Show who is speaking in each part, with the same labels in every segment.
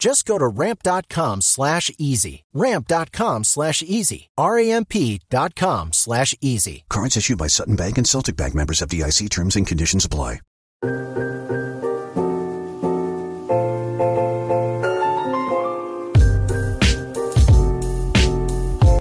Speaker 1: Just go to ramp.com slash easy. Ramp.com slash easy. R-A-M-P dot com slash easy.
Speaker 2: Cards issued by Sutton Bank and Celtic Bank members of DIC terms and conditions apply.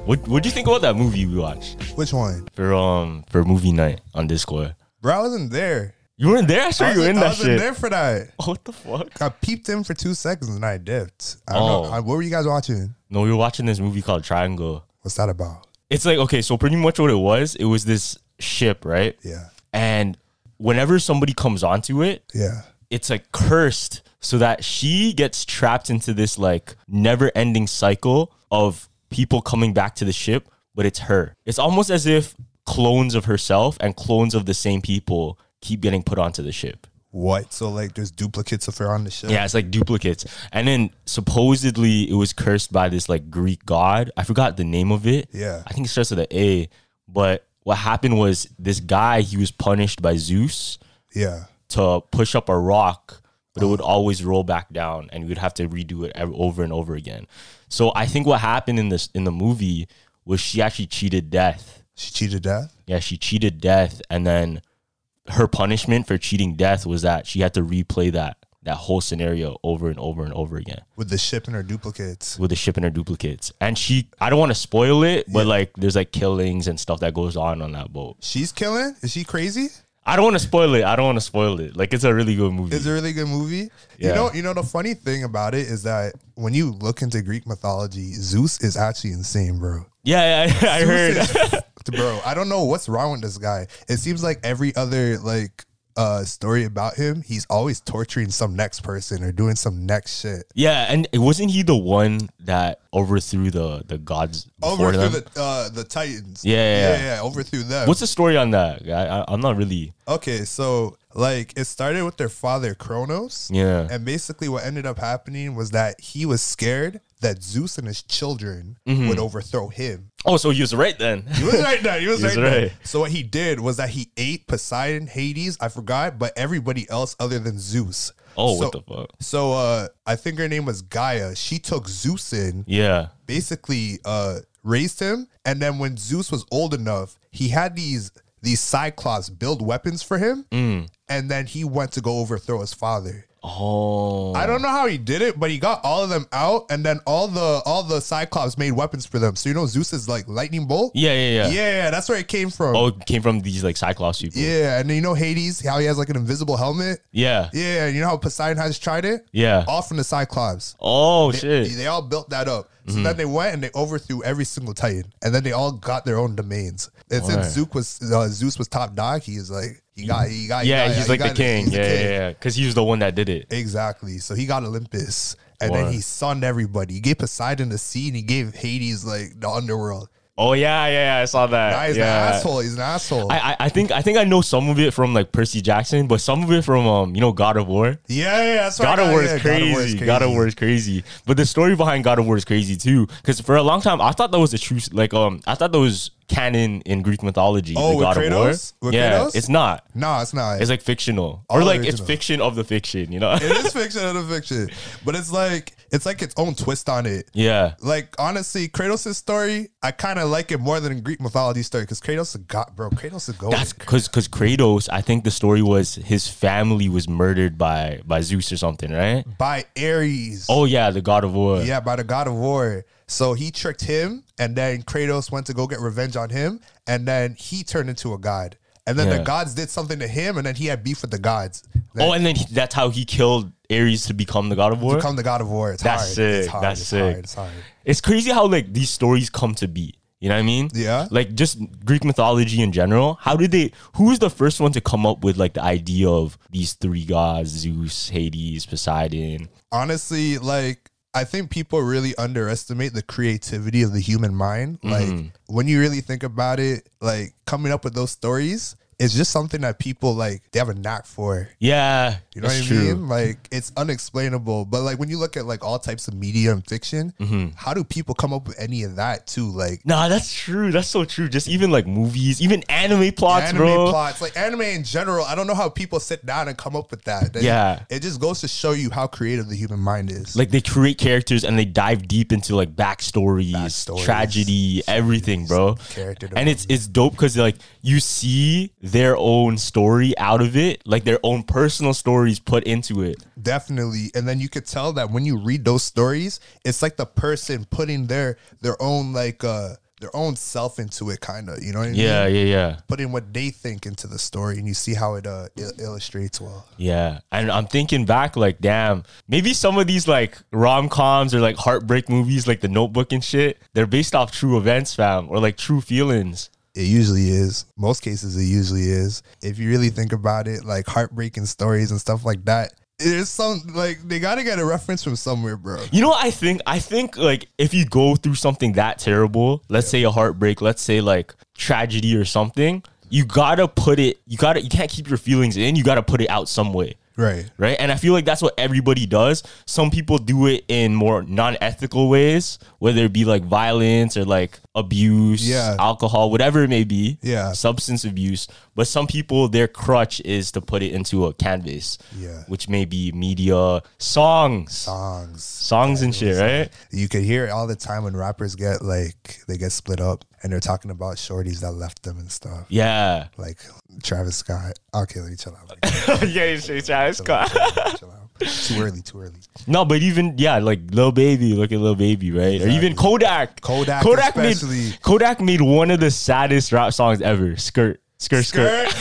Speaker 3: What What do you think about that movie we watched
Speaker 4: Which one?
Speaker 3: for um for movie night on Discord?
Speaker 4: Bro, I wasn't there.
Speaker 3: You weren't there. I saw
Speaker 4: I
Speaker 3: you
Speaker 4: was-
Speaker 3: in
Speaker 4: I
Speaker 3: that
Speaker 4: wasn't
Speaker 3: shit.
Speaker 4: there for that.
Speaker 3: What the fuck?
Speaker 4: I peeped in for two seconds and I dipped. I don't
Speaker 3: Oh.
Speaker 4: know. I- what were you guys watching?
Speaker 3: No, we were watching this movie called Triangle.
Speaker 4: What's that about?
Speaker 3: It's like okay, so pretty much what it was, it was this ship, right?
Speaker 4: Yeah.
Speaker 3: And whenever somebody comes onto it,
Speaker 4: Yeah.
Speaker 3: it's like cursed so that she gets trapped into this like never ending cycle of people coming back to the ship, but it's her. It's almost as if clones of herself and clones of the same people keep getting put onto the ship.
Speaker 4: What? So like there's duplicates of her on the show?
Speaker 3: Yeah, it's like duplicates. And then supposedly it was cursed by this like Greek god. I forgot the name of it.
Speaker 4: Yeah.
Speaker 3: I think it starts with an A. But what happened was this guy, he was punished by Zeus
Speaker 4: Yeah.
Speaker 3: to push up a rock, but it would always roll back down, and we would have to redo it ev- over and over again. So I think what happened in this in the movie was she actually cheated death.
Speaker 4: She cheated death?
Speaker 3: Yeah, she cheated death, and then her punishment for cheating death was that she had to replay that that whole scenario over and over and over again
Speaker 4: With the ship and her duplicates.
Speaker 3: with the ship and her duplicates. And she, I don't want to spoil it, but like there's like killings and stuff that goes on on that boat.
Speaker 4: She's killing? Is she crazy?
Speaker 3: I don't want to spoil it. I don't want to spoil it. Like it's a really good movie.
Speaker 4: It's a really good movie.
Speaker 3: Yeah.
Speaker 4: You know, you know the funny thing about it is that when you look into Greek mythology, Zeus is actually insane, bro.
Speaker 3: yeah, yeah, I heard.
Speaker 4: Zeus is- bro, I don't know what's wrong with this guy. It seems like every other like uh story about him, he's always torturing some next person or doing some next shit.
Speaker 3: Yeah, and wasn't he the one that overthrew the the gods before
Speaker 4: Over
Speaker 3: them?
Speaker 4: through the uh the Titans.
Speaker 3: Yeah, yeah, yeah.
Speaker 4: yeah, over through them.
Speaker 3: What's the story on that? I, I, I'm not really.
Speaker 4: Okay, so like it started with their father Kronos.
Speaker 3: Yeah.
Speaker 4: And basically what ended up happening was that he was scared that Zeus and his children
Speaker 3: Mm-hmm.
Speaker 4: would overthrow him.
Speaker 3: Oh, so he was right then.
Speaker 4: He was right there. He was
Speaker 3: He was
Speaker 4: right, there.
Speaker 3: right.
Speaker 4: So what he did was that he ate Poseidon, Hades, I forgot, but everybody else other than Zeus.
Speaker 3: Oh,
Speaker 4: so,
Speaker 3: what the fuck?
Speaker 4: So uh I think her name was Gaia. She took Zeus in
Speaker 3: Yeah.
Speaker 4: basically uh raised him and then when Zeus was old enough he had these these cyclops build weapons for him
Speaker 3: Mm.
Speaker 4: and then he went to go overthrow his father
Speaker 3: Oh.
Speaker 4: I don't know how he did it but he got all of them out and then all the all the cyclops made weapons for them so you know Zeus is like lightning bolt
Speaker 3: Yeah, yeah, yeah.
Speaker 4: yeah that's where it came from
Speaker 3: Oh, it came from these like Cyclops people.
Speaker 4: yeah and then you know Hades how he has like an invisible helmet
Speaker 3: Yeah.
Speaker 4: yeah and you know how Poseidon has tried it
Speaker 3: Yeah.
Speaker 4: all from the cyclops
Speaker 3: Oh
Speaker 4: they,
Speaker 3: shit.
Speaker 4: they all built that up. So
Speaker 3: Mm-hmm.
Speaker 4: then they went and they overthrew every single Titan, and then they all got their own domains. And
Speaker 3: Alright.
Speaker 4: since Zeus was uh, Zeus was top dog, he is like he got he got he
Speaker 3: yeah,
Speaker 4: got-
Speaker 3: he's
Speaker 4: he
Speaker 3: like the
Speaker 4: got-
Speaker 3: king.
Speaker 4: he's
Speaker 3: Yeah, yeah, yeah. Because he was the one that did it.
Speaker 4: exactly. So he got Olympus, and
Speaker 3: Word.
Speaker 4: then he sunned everybody. He gave Poseidon the sea, and he gave Hades like the underworld.
Speaker 3: Oh yeah, yeah. yeah, I saw that.
Speaker 4: Now he's
Speaker 3: Uh, yeah.
Speaker 4: an asshole. He's an asshole.
Speaker 3: I, I I think I think I know some of it from like Percy Jackson, but some of it from um you know God of War.
Speaker 4: yeah, yeah, that's
Speaker 3: God
Speaker 4: right.
Speaker 3: of
Speaker 4: Yeah,
Speaker 3: War is
Speaker 4: yeah,
Speaker 3: crazy. God of War is crazy. But the story behind God of War is crazy too. Because for a long time, I thought that was the true. Like, um, I thought that was canon in Greek mythology.
Speaker 4: Oh,
Speaker 3: the
Speaker 4: with
Speaker 3: god of war.
Speaker 4: Kratos? With
Speaker 3: yeah,
Speaker 4: Kratos?
Speaker 3: it's not.
Speaker 4: No, it's not.
Speaker 3: It's like fictional,
Speaker 4: All
Speaker 3: or like it's
Speaker 4: Oh, original.
Speaker 3: fiction of the fiction. You know?
Speaker 4: it is fiction out of fiction, but it's like it's like its own twist on it.
Speaker 3: yeah.
Speaker 4: Like honestly, Kratos' story, I kind of like it more than Greek mythology story because Kratos is God, bro. Kratos is gold.
Speaker 3: That's because because Kratos, I think the story was his family was murdered by by Zeus or something, right?
Speaker 4: by Ares.
Speaker 3: Oh yeah, the god of war.
Speaker 4: Mm. yeah, by the god of war. So he tricked him, and then Kratos went to go get revenge on him, and then he turned into a god. And then
Speaker 3: Yeah.
Speaker 4: the gods did something to him, and then he had beef with the gods. Then
Speaker 3: Oh, and then he, that's how he killed Ares to become the god of war.
Speaker 4: become the god of war. It's
Speaker 3: That's
Speaker 4: hard. It's
Speaker 3: sick.
Speaker 4: hard.
Speaker 3: That's
Speaker 4: it's
Speaker 3: sick.
Speaker 4: hard. It's hard.
Speaker 3: it's crazy how like these stories come to be. You know what I mean?
Speaker 4: Yeah.
Speaker 3: Like just Greek mythology in general. How did they? Who was the first one to come up with like the idea of these three gods: Zeus, Hades, Poseidon?
Speaker 4: honestly, like I think people really underestimate the creativity of the human mind.
Speaker 3: Mm-hmm.
Speaker 4: Like when you really think about it, like coming up with those stories is just something that people like they have a knack for.
Speaker 3: Yeah,
Speaker 4: You know
Speaker 3: it's
Speaker 4: what I
Speaker 3: true.
Speaker 4: mean? Like it's unexplainable. But like when you look at like all types of media and fiction,
Speaker 3: Mm-hmm.
Speaker 4: how do people come up with any of that too? Like
Speaker 3: Nah, that's true. That's so true. Just even like movies, even anime plots,
Speaker 4: anime
Speaker 3: bro.
Speaker 4: plots, like anime in general, I don't know how people sit down and come up with that. They-
Speaker 3: Yeah.
Speaker 4: it just goes to show you how creative the human mind is.
Speaker 3: Like they create characters and they dive deep into like backstories,
Speaker 4: Backstories,
Speaker 3: tragedy, everything, bro.
Speaker 4: character
Speaker 3: And it's it's dope because like you see their own story out of it, like their own personal stories put into it.
Speaker 4: Definitely. And then you could tell that when you read those stories, it's like the person putting their their own like uh their own self into it kind of, you know what I mean?
Speaker 3: Yeah, yeah, yeah,
Speaker 4: Putting what they think into the story and you see how it uh il- illustrates well.
Speaker 3: yeah. And I'm thinking back, like, damn, maybe some of these like rom coms or like heartbreak movies, like The Notebook and shit, they're based off true events, fam, or like true feelings.
Speaker 4: It usually is. Most cases it usually is. If you really think about it, like heartbreaking stories and stuff like that, there's some like they got to get a reference from somewhere, bro.
Speaker 3: You know what I think? I think like if you go through something that terrible, let's say a heartbreak, let's say like tragedy or something, you gotta put it. You gotta. You can't keep your feelings in. You gotta put it out some way.
Speaker 4: Right.
Speaker 3: Right. And I feel like that's what everybody does. Some people do it in more non ethical ways, whether it be like violence or like abuse,
Speaker 4: Yeah.
Speaker 3: alcohol, whatever it may be,
Speaker 4: Yeah.
Speaker 3: substance abuse. But some people, their crutch is to put it into a canvas,
Speaker 4: Yeah.
Speaker 3: which may be media, songs,
Speaker 4: Songs.
Speaker 3: songs and shit, right?
Speaker 4: You could hear it all the time when rappers get like they get split up and they're talking about shorties that left them and stuff.
Speaker 3: Yeah.
Speaker 4: Like Travis Scott. Okay, let me chill out. Let me
Speaker 3: yeah, you say Travis
Speaker 4: chill out, chill out, let me chill out. Too early, too early.
Speaker 3: No, but even yeah, like Lil Baby, look at Lil Baby, right? Or even Kodak.
Speaker 4: Kodak especially.
Speaker 3: made Kodak made one of the saddest rap songs ever. Skirt. Skirt, skirt.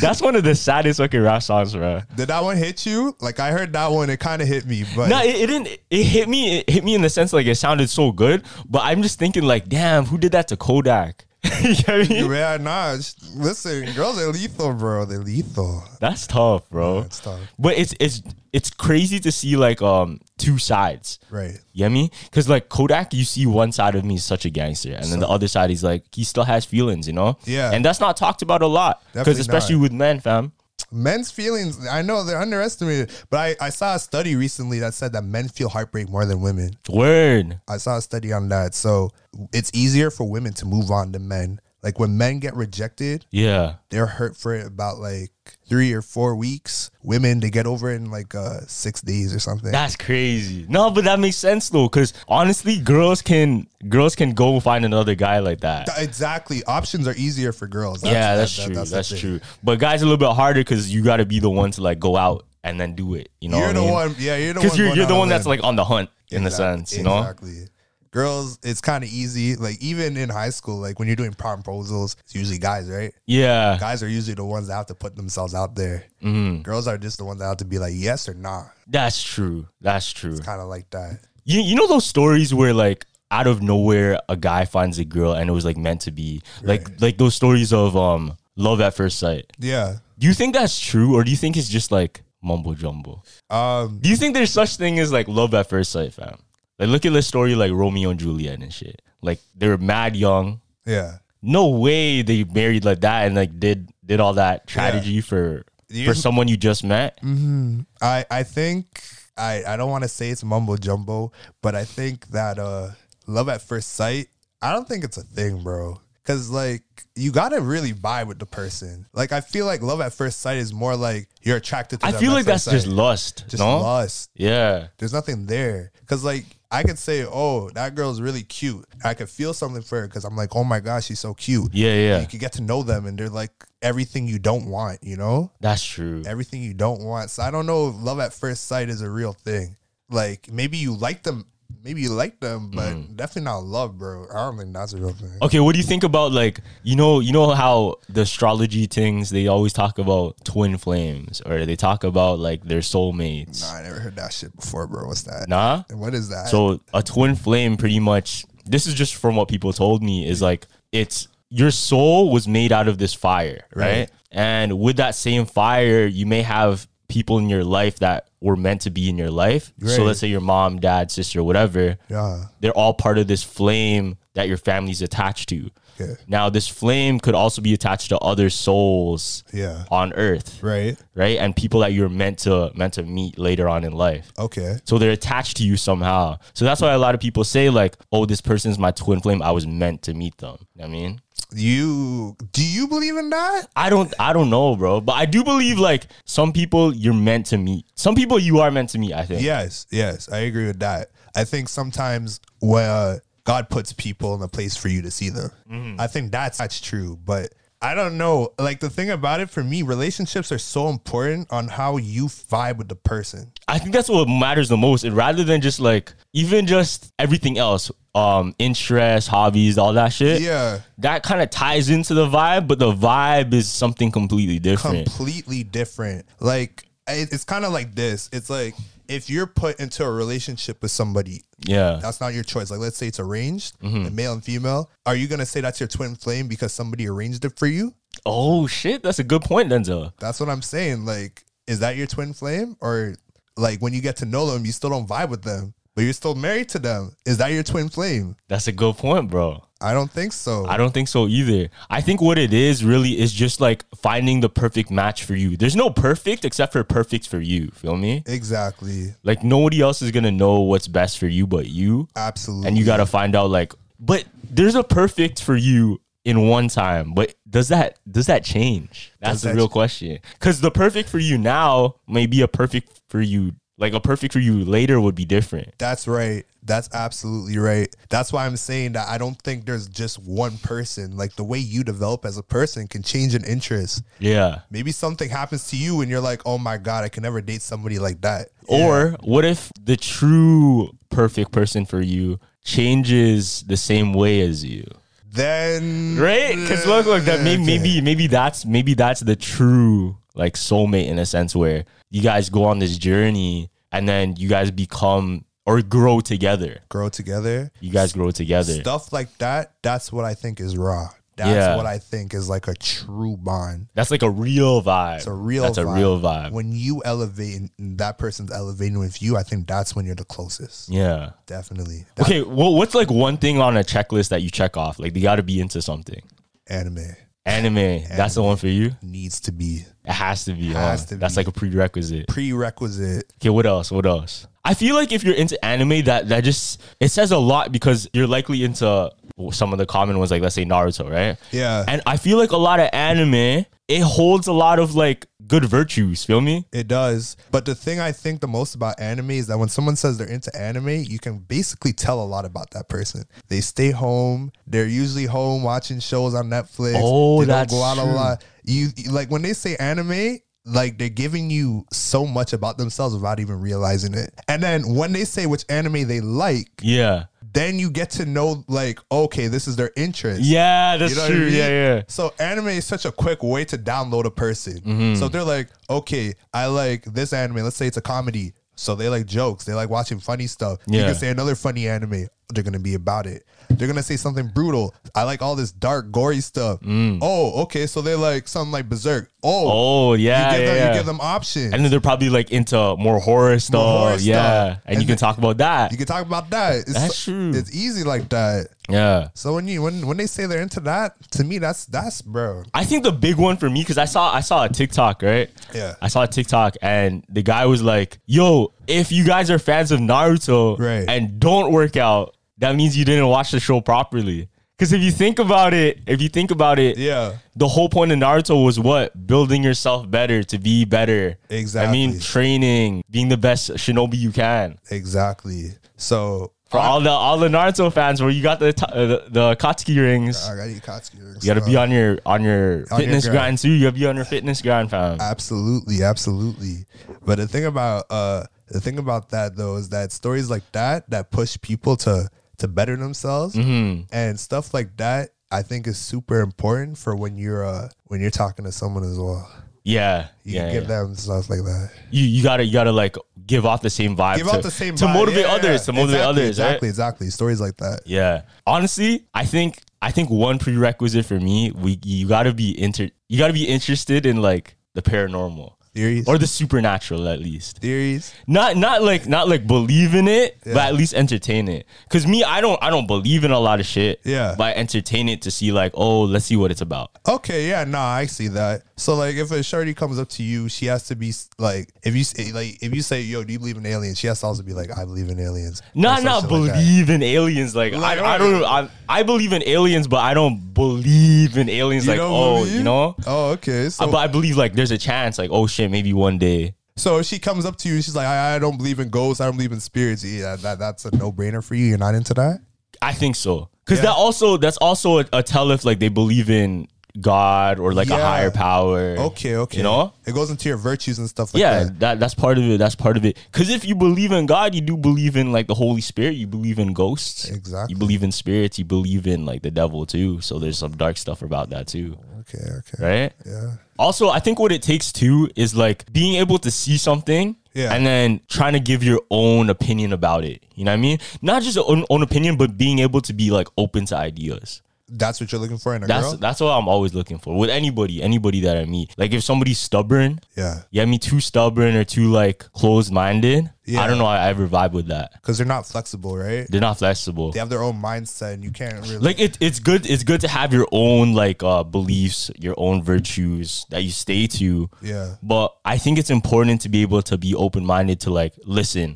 Speaker 3: That's one of the saddest fucking rap songs, bro.
Speaker 4: Did that one hit you? Like I heard that one, it kind of hit me, but
Speaker 3: No, it, it didn't. It hit me. It hit me in the sense like it sounded so good, but I'm just thinking like, damn, who did that to Kodak? you know what I mean?
Speaker 4: yeah, nah. sh- Listen, girls are lethal, bro. They're lethal.
Speaker 3: That's tough, bro.
Speaker 4: it's tough.
Speaker 3: But it's it's it's crazy to see like um two sides.
Speaker 4: Right.
Speaker 3: You know what I mean? Because like Kodak, you see one side of me is such a gangster, and then the other side he's like he still has feelings, you know?
Speaker 4: Yeah.
Speaker 3: And that's not talked about a lot, because
Speaker 4: Definitely
Speaker 3: especially
Speaker 4: not.
Speaker 3: with men, fam.
Speaker 4: Men's feelings, I know they're underestimated, but I, I saw a study recently that said that men feel heartbreak more than women.
Speaker 3: Word.
Speaker 4: I saw a study on that. So it's easier for women to move on than men. Like when men get rejected,
Speaker 3: Yeah.
Speaker 4: they're hurt for about like three or four weeks. Women, they get over it in like uh, six days or something.
Speaker 3: That's crazy. No, but that makes sense though, because honestly, girls can girls can go find another guy like that.
Speaker 4: exactly. Options are easier for girls.
Speaker 3: yeah,
Speaker 4: that-
Speaker 3: that's
Speaker 4: that-
Speaker 3: true. That's,
Speaker 4: the thing.
Speaker 3: true. But guys, a little bit harder because you got to be the one to like go out and then do it. You know,
Speaker 4: You're
Speaker 3: what I
Speaker 4: the
Speaker 3: mean?
Speaker 4: one. Yeah, you're the one.
Speaker 3: because you're,
Speaker 4: going
Speaker 3: you're the
Speaker 4: out
Speaker 3: one
Speaker 4: on
Speaker 3: that's
Speaker 4: limb.
Speaker 3: like on the hunt in the
Speaker 4: Exact-
Speaker 3: sense, you know.
Speaker 4: Exactly. Girls, it's kind of easy. Like even in high school, like when you're doing proposals, it's usually guys, right?
Speaker 3: Yeah,
Speaker 4: Guys are usually the ones that have to put themselves out there.
Speaker 3: Mm-hmm.
Speaker 4: Girls are just the ones that have to be like yes or nah.
Speaker 3: that's true. That's true.
Speaker 4: Kind of like that.
Speaker 3: You you know those stories where like out of nowhere a guy finds a girl and it was like meant to be, like like those stories of um love at first sight.
Speaker 4: Yeah.
Speaker 3: Do you think that's true, or do you think it's just like mumbo jumbo?
Speaker 4: Um.
Speaker 3: Do you think there's such thing as like love at first sight, fam? Like look at the story like Romeo and Juliet and shit. Like they were mad young.
Speaker 4: Yeah.
Speaker 3: No way they married like that and like did did all that tragedy for for someone you just met.
Speaker 4: Mm. I I think I I don't want to say it's mumbo jumbo, but I think that uh love at first sight. I don't think it's a thing, bro. Cause like you gotta really vibe with the person. Like I feel like love at first sight is more like you're attracted to.
Speaker 3: I
Speaker 4: them
Speaker 3: feel
Speaker 4: at
Speaker 3: like that's
Speaker 4: first
Speaker 3: just
Speaker 4: sight.
Speaker 3: lust.
Speaker 4: just
Speaker 3: no?
Speaker 4: lust.
Speaker 3: Yeah.
Speaker 4: There's nothing there. Cause like I could say, oh, that girl's really cute. I could feel something for her because I'm like, oh my gosh, she's so cute.
Speaker 3: Yeah, yeah.
Speaker 4: You could get to know them, and they're like everything you don't want. You know,
Speaker 3: That's true.
Speaker 4: everything you don't want. So I don't know if love at first sight is a real thing. Like maybe you like them, maybe you like them, but definitely not love, bro. I don't think that's a real thing.
Speaker 3: Okay, what do you think about like you know you know how the astrology things they always talk about twin flames or they talk about like their soulmates.
Speaker 4: Nah, I never heard that shit before, bro. What's that?
Speaker 3: Nah.
Speaker 4: What is that?
Speaker 3: So a twin flame pretty much this is just from what people told me is like it's your soul was made out of this fire, right?
Speaker 4: Right.
Speaker 3: And with that same fire, you may have people in your life that were meant to be in your life. So
Speaker 4: Right.
Speaker 3: let's say your mom, dad, sister, whatever.
Speaker 4: yeah,
Speaker 3: They're all part of this flame that your family's attached to.
Speaker 4: Yeah.
Speaker 3: Now this flame could also be attached to other souls
Speaker 4: yeah,
Speaker 3: on earth,
Speaker 4: right.
Speaker 3: right? And people that you're meant to meant to meet later on in life.
Speaker 4: Okay,
Speaker 3: So they're attached to you somehow. So that's why a lot of people say like, "Oh, this person's my twin flame. I was meant to meet them." You know what I mean,
Speaker 4: you do you believe in that?
Speaker 3: I don't, I don't know, bro, but I do believe like some people you're meant to meet. Some people you are meant to meet. I think.
Speaker 4: Yes, yes, I agree with that. I think sometimes where God puts people in a place for you to see them. I think that's that's true, but I don't know. Like the thing about it for me, relationships are so important on how you vibe with the person.
Speaker 3: I think that's what matters the most. And rather than just like even just everything else, um, interests, hobbies, all that shit.
Speaker 4: Yeah,
Speaker 3: That kind of ties into the vibe, but the vibe is something completely different.
Speaker 4: completely different. Like it- it's kind of like this. It's like if you're put into a relationship with somebody
Speaker 3: yeah.
Speaker 4: that's not your choice. Like, let's say it's arranged, male and female. Are you gonna say that's your twin flame because somebody arranged it for you?
Speaker 3: Oh shit, that's a good point, Denzel.
Speaker 4: That's what I'm saying. Like, is that your twin flame, or like when you get to know them, you still don't vibe with them, but you're still married to them? Is that your twin flame?
Speaker 3: That's a good point, bro.
Speaker 4: I don't think so.
Speaker 3: I don't think so either. I think what it is really is just like finding the perfect match for you. There's no perfect except for perfect for you. Feel me?
Speaker 4: exactly.
Speaker 3: Like nobody else is gonna know what's best for you but you.
Speaker 4: Absolutely.
Speaker 3: And you gotta find out like but there's a perfect for you in one time. But does that does that change? That's
Speaker 4: Does
Speaker 3: the
Speaker 4: that
Speaker 3: real
Speaker 4: ch-
Speaker 3: question. Cause the perfect for you now may be a perfect for you like a perfect for you later would be different.
Speaker 4: That's right. That's absolutely right. That's why I'm saying that I don't think there's just one person. Like the way you develop as a person can change an interest.
Speaker 3: Yeah.
Speaker 4: Maybe something happens to you and you're like, oh my God, I can never date somebody like that.
Speaker 3: Or what if the true perfect person for you changes the same way as you?
Speaker 4: then
Speaker 3: Right? Because look, look, that
Speaker 4: Mm,
Speaker 3: may, maybe maybe that's maybe that's the true like soulmate in a sense where you guys go on this journey and then you guys become or grow together.
Speaker 4: grow together.
Speaker 3: You guys grow together.
Speaker 4: Stuff like that, that's what I think is raw. That's
Speaker 3: Yeah.
Speaker 4: what I think is like a true bond.
Speaker 3: That's like a real vibe.
Speaker 4: It's a real
Speaker 3: That's
Speaker 4: vibe.
Speaker 3: a real vibe.
Speaker 4: When you elevate and that person's elevating with you, I think that's when you're the closest.
Speaker 3: yeah.
Speaker 4: Definitely. That
Speaker 3: Okay, well, what's like one thing on a checklist that you check off? Like, you got to be into something.
Speaker 4: anime
Speaker 3: Anime, that's the one for you.
Speaker 4: needs to be
Speaker 3: It has to be.
Speaker 4: Has
Speaker 3: huh?
Speaker 4: to
Speaker 3: That's
Speaker 4: be.
Speaker 3: like a prerequisite.
Speaker 4: prerequisite.
Speaker 3: Okay, what else? What else? I feel like if you're into anime, that that just it says a lot because you're likely into some of the common ones, like let's say Naruto, right?
Speaker 4: Yeah.
Speaker 3: And I feel like a lot of anime, it holds a lot of like good virtues. Feel me?
Speaker 4: It does. But the thing I think the most about anime is that when someone says they're into anime, you can basically tell a lot about that person. They stay home. They're usually home watching shows on Netflix.
Speaker 3: Oh,
Speaker 4: they
Speaker 3: that's true.
Speaker 4: You you- like when they say anime, like they're giving you so much about themselves without even realizing it. And then when they say which anime they like,
Speaker 3: Yeah.
Speaker 4: then you get to know like, okay, this is their interest.
Speaker 3: Yeah, that's
Speaker 4: You know what I
Speaker 3: true.
Speaker 4: mean?
Speaker 3: Yeah, yeah.
Speaker 4: So anime is such a quick way to download a person.
Speaker 3: Mm-hmm.
Speaker 4: So they're like, okay, I like this anime. Let's say it's a comedy. So they like jokes. They like watching funny stuff. You
Speaker 3: Yeah.
Speaker 4: can say another funny anime. They're gonna be about it. They're gonna say something brutal. I like all this dark, gory stuff. Oh, okay. So they like something like Berserk. Oh,
Speaker 3: Mm. Oh, yeah,
Speaker 4: you, give
Speaker 3: yeah,
Speaker 4: them,
Speaker 3: yeah.
Speaker 4: you give them options.
Speaker 3: and then they're probably like into more horror stuff.
Speaker 4: horror stuff.
Speaker 3: yeah. And,
Speaker 4: And
Speaker 3: you can
Speaker 4: then-
Speaker 3: talk about that.
Speaker 4: you can talk about that. It's,
Speaker 3: That's true.
Speaker 4: It's easy like that.
Speaker 3: yeah.
Speaker 4: So when you when when they say they're into that, to me that's that's bro.
Speaker 3: I think the big one for me because I saw I saw a TikTok right.
Speaker 4: Yeah.
Speaker 3: I saw a TikTok and the guy was like, "Yo, if you guys are fans of Naruto
Speaker 4: Right.
Speaker 3: and don't work out, that means you didn't watch the show properly. Because if you think about it, if you think about it,
Speaker 4: Yeah.
Speaker 3: the whole point of Naruto was what? Building yourself better to be better. I mean,
Speaker 4: Exactly.
Speaker 3: training, being the best shinobi you can.
Speaker 4: Exactly. So
Speaker 3: For all the all the Naruto fans, where you got the t- uh, the, the Katsuki rings,
Speaker 4: I got Ikatsuki rings,
Speaker 3: you got to be
Speaker 4: bro.
Speaker 3: on your on your
Speaker 4: On your
Speaker 3: fitness
Speaker 4: grind. Uh,
Speaker 3: grind too. You got to be on your fitness grind, fam.
Speaker 4: Absolutely, absolutely. But the thing about uh the thing about that though is that stories like that that push people to to better themselves
Speaker 3: Mm-hmm.
Speaker 4: and stuff like that I think is super important for when you're uh when you're talking to someone as well.
Speaker 3: yeah,
Speaker 4: You
Speaker 3: yeah.
Speaker 4: can
Speaker 3: yeah.
Speaker 4: give them stuff like that.
Speaker 3: you you gotta you gotta like give off the same vibe.
Speaker 4: Give
Speaker 3: to,
Speaker 4: out the same
Speaker 3: to
Speaker 4: vibe.
Speaker 3: motivate
Speaker 4: Yeah,
Speaker 3: others.
Speaker 4: yeah.
Speaker 3: To motivate
Speaker 4: Exactly,
Speaker 3: others, right?
Speaker 4: Exactly, exactly. Stories like that.
Speaker 3: Yeah. Honestly, I think I think one prerequisite for me, we you gotta be inter you gotta be interested in like the paranormal
Speaker 4: Theories.
Speaker 3: or the supernatural at least.
Speaker 4: theories.
Speaker 3: Not not like not like believe in it, but at least entertain it. Cause me, I don't I don't believe in a lot of shit.
Speaker 4: Yeah.
Speaker 3: But I entertain it to see like, oh, let's see what it's about.
Speaker 4: Okay, yeah, nah, I see that. So like, if a shorty comes up to you, she has to be s- like, if you say, like, if you say, "Yo, do you believe in aliens?" She has to also be like, "I believe in aliens." or
Speaker 3: Not
Speaker 4: some
Speaker 3: not
Speaker 4: shit like that.
Speaker 3: believe in aliens. Like,
Speaker 4: Like, oh,
Speaker 3: I, I don't I, I believe in aliens, but I don't believe in aliens
Speaker 4: You
Speaker 3: like
Speaker 4: don't
Speaker 3: oh,
Speaker 4: believe?
Speaker 3: you know?
Speaker 4: Oh, okay. So,
Speaker 3: Uh, but I believe like there's a chance, like, oh shit, maybe one day.
Speaker 4: so if she comes up to you, she's like, "I, I don't believe in ghosts. I don't believe in spirits." Yeah, that, that's a no brainer for you. You're not into that.
Speaker 3: I think so. Cause that also that's also a, a tell if like they believe in God or like a
Speaker 4: Yeah.
Speaker 3: higher power.
Speaker 4: Okay, okay.
Speaker 3: You know?
Speaker 4: it goes into your virtues and stuff like
Speaker 3: Yeah,
Speaker 4: that.
Speaker 3: that that's part of it. That's part of it. Cause if you believe in God, you do believe in like the Holy Spirit. You believe in ghosts.
Speaker 4: Exactly.
Speaker 3: You believe in spirits. You believe in like the devil too. So there's some dark stuff about that too,
Speaker 4: Okay, okay.
Speaker 3: right?
Speaker 4: Yeah.
Speaker 3: Also, I think what it takes too is like being able to see something
Speaker 4: Yeah.
Speaker 3: and then trying to give your own opinion about it. You know what I mean? Not just your own, own opinion, but being able to be like open to ideas.
Speaker 4: That's what you're looking for in a
Speaker 3: That's
Speaker 4: girl.
Speaker 3: that's what I'm always looking for with anybody, anybody that I meet. Like if somebody's stubborn,
Speaker 4: yeah,
Speaker 3: yeah, me too stubborn or too like closed minded. I
Speaker 4: Yeah.
Speaker 3: don't know how I ever vibe with that.
Speaker 4: because they're not flexible, right?
Speaker 3: They're not flexible.
Speaker 4: They have their own mindset, and you can't really
Speaker 3: like it, it's good it's good to have your own like uh beliefs your own virtues that you stay to
Speaker 4: Yeah.
Speaker 3: but i think it's important to be able to be open-minded to like listen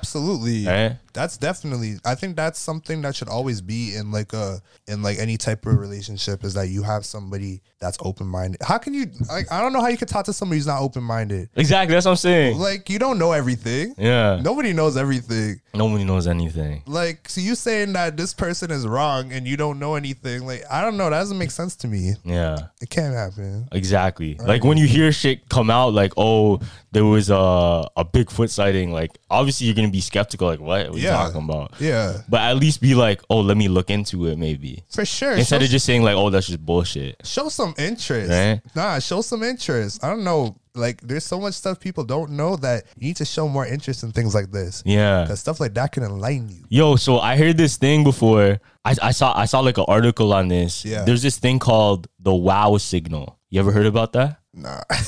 Speaker 4: Absolutely.
Speaker 3: Right?
Speaker 4: That's definitely I think that's something that should always be in like a in like any type of relationship is that you have somebody that's open minded. How can you like I don't know how you could talk to somebody who's not open minded.
Speaker 3: exactly that's what i'm saying
Speaker 4: Like you don't know everything.
Speaker 3: yeah
Speaker 4: Nobody knows everything.
Speaker 3: nobody knows anything
Speaker 4: Like so you saying that this person is wrong and you don't know anything. Like I don't know, that doesn't make sense to me.
Speaker 3: yeah
Speaker 4: It can't happen.
Speaker 3: exactly like when you hear shit come out like oh there was a a bigfoot sighting like obviously you're gonna be skeptical like what, what are you
Speaker 4: Yeah.
Speaker 3: talking about
Speaker 4: Yeah.
Speaker 3: but at least be like oh let me look into it maybe
Speaker 4: For sure.
Speaker 3: instead
Speaker 4: Show-
Speaker 3: of just saying like oh that's just bullshit
Speaker 4: show some interest.
Speaker 3: Right?
Speaker 4: Nah, show some interest. I don't know. Like, there's so much stuff people don't know that you need to show more interest in things like this.
Speaker 3: yeah
Speaker 4: Because stuff like that can enlighten you.
Speaker 3: Yo, so I heard this thing before. I, I saw I saw like an article on this.
Speaker 4: Yeah.
Speaker 3: There's this thing called the wow signal. You ever heard about that?
Speaker 4: Nah.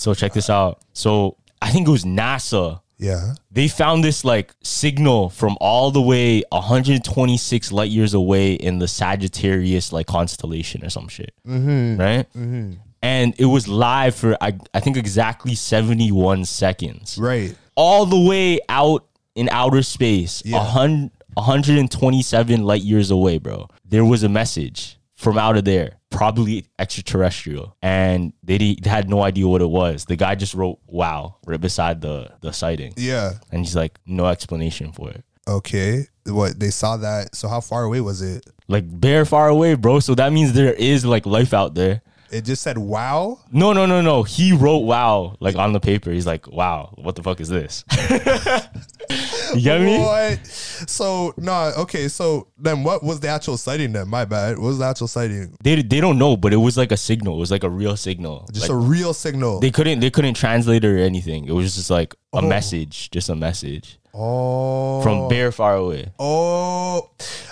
Speaker 3: So check this out. So I think it was NASA.
Speaker 4: yeah.
Speaker 3: They found this like signal from all the way 126 light years away in the Sagittarius like constellation or some shit. Mm-hmm. Right? Mm-hmm. And it was live for I, I think exactly 71 seconds
Speaker 4: Right.
Speaker 3: all the way out in outer space, a hun- 127 light years away, bro. There was a message from out of there, probably extraterrestrial, and they, di- they had no idea what it was. The guy just wrote "Wow" right beside the the sighting,
Speaker 4: Yeah.
Speaker 3: and he's like, no explanation for it.
Speaker 4: Okay. What? They saw that. So, how far away was it?
Speaker 3: Like bare far away, bro. So that means there is like life out there.
Speaker 4: It just said, wow.
Speaker 3: No, no, no, no. He wrote "Wow" like on the paper. He's like, "Wow, what the fuck is this?" you get me?
Speaker 4: What? So, nah. Okay. So, then what was the actual sighting then? My bad. What was the actual sighting?
Speaker 3: they they don't know, but it was like a signal. It was like a real signal.
Speaker 4: Just
Speaker 3: Like,
Speaker 4: a real signal.
Speaker 3: they couldn't they couldn't translate it or anything. It was just like a message, just a message
Speaker 4: oh.
Speaker 3: from bare far away.
Speaker 4: Oh,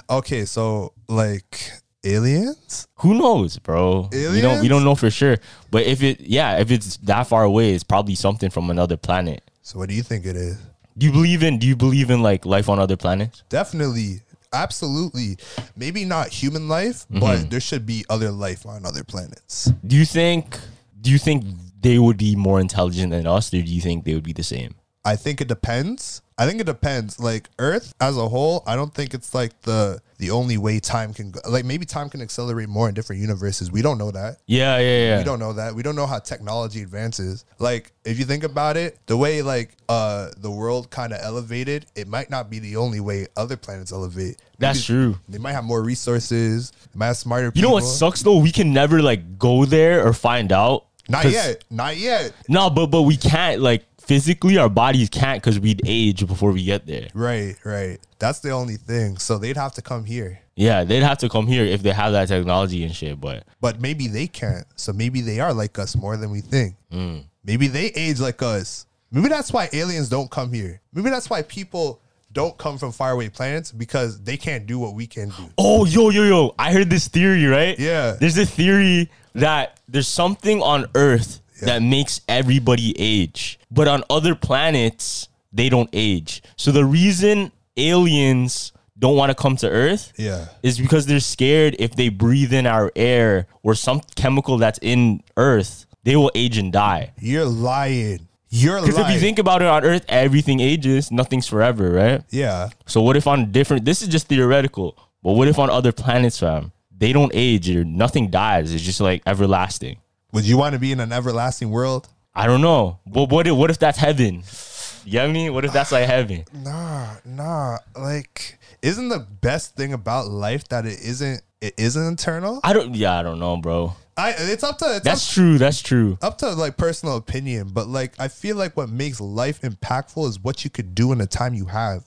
Speaker 4: okay. So like aliens?
Speaker 3: Who knows, bro? We don't we
Speaker 4: Aliens?
Speaker 3: don't know for sure. But if it yeah, if it's that far away, it's probably something from another planet.
Speaker 4: So what do you think it is?
Speaker 3: Do you believe in do you believe in like life on other planets?
Speaker 4: Definitely, absolutely. Maybe not human life, but there should be other life on other planets.
Speaker 3: Do you think do you think they would be more intelligent than us, or do you think they would be the same?
Speaker 4: I think it depends. I think it depends. Like Earth as a whole, I don't think it's like the the only way time can go. Like maybe time can accelerate more in different universes. We don't know that.
Speaker 3: Yeah, yeah,
Speaker 4: We don't know that. We don't know how technology advances. Like, if you think about it, the way like uh the world kind of elevated, it might not be the only way other planets elevate.
Speaker 3: That's true.
Speaker 4: They might have more resources. They might have smarter.
Speaker 3: You know what sucks though? We can never like go there or find out.
Speaker 4: Not
Speaker 3: 'cause-
Speaker 4: yet. Not yet.
Speaker 3: No, but but we can't like physically our bodies can't because we'd age before we get there.
Speaker 4: Right. Right. That's the only thing. So they'd have to come here.
Speaker 3: Yeah, they'd have to come here if they have that technology and shit. But
Speaker 4: But maybe they can't. So maybe they are like us more than we think. Maybe they age like us. Maybe that's why aliens don't come here. Maybe that's why people don't come from faraway planets because they can't do what we can do.
Speaker 3: oh yo yo yo, I heard this theory right.
Speaker 4: Yeah.
Speaker 3: there's a theory that there's something on Earth that makes everybody age, but on other planets they don't age. So the reason aliens don't want to come to Earth
Speaker 4: Yeah.
Speaker 3: is because they're scared if they breathe in our air or some chemical that's in Earth, they will age and die.
Speaker 4: You're lying. You're lying.
Speaker 3: Because if you think about it on Earth, everything ages, nothing's forever, right?
Speaker 4: yeah.
Speaker 3: So what if on different? This is just theoretical, but what if on other planets, fam? They don't age or nothing dies. It's just like everlasting.
Speaker 4: Would you want to be in an everlasting world?
Speaker 3: I don't know. But what if, what if that's heaven? You get me? What if that's like heaven?
Speaker 4: Nah, nah. Like, isn't the best thing about life that it isn't it isn't eternal?
Speaker 3: I don't. Yeah, I don't know, bro.
Speaker 4: I it's up to it's up,
Speaker 3: That's true. That's true.
Speaker 4: up to like personal opinion, but like I feel like what makes life impactful is what you could do in the time you have.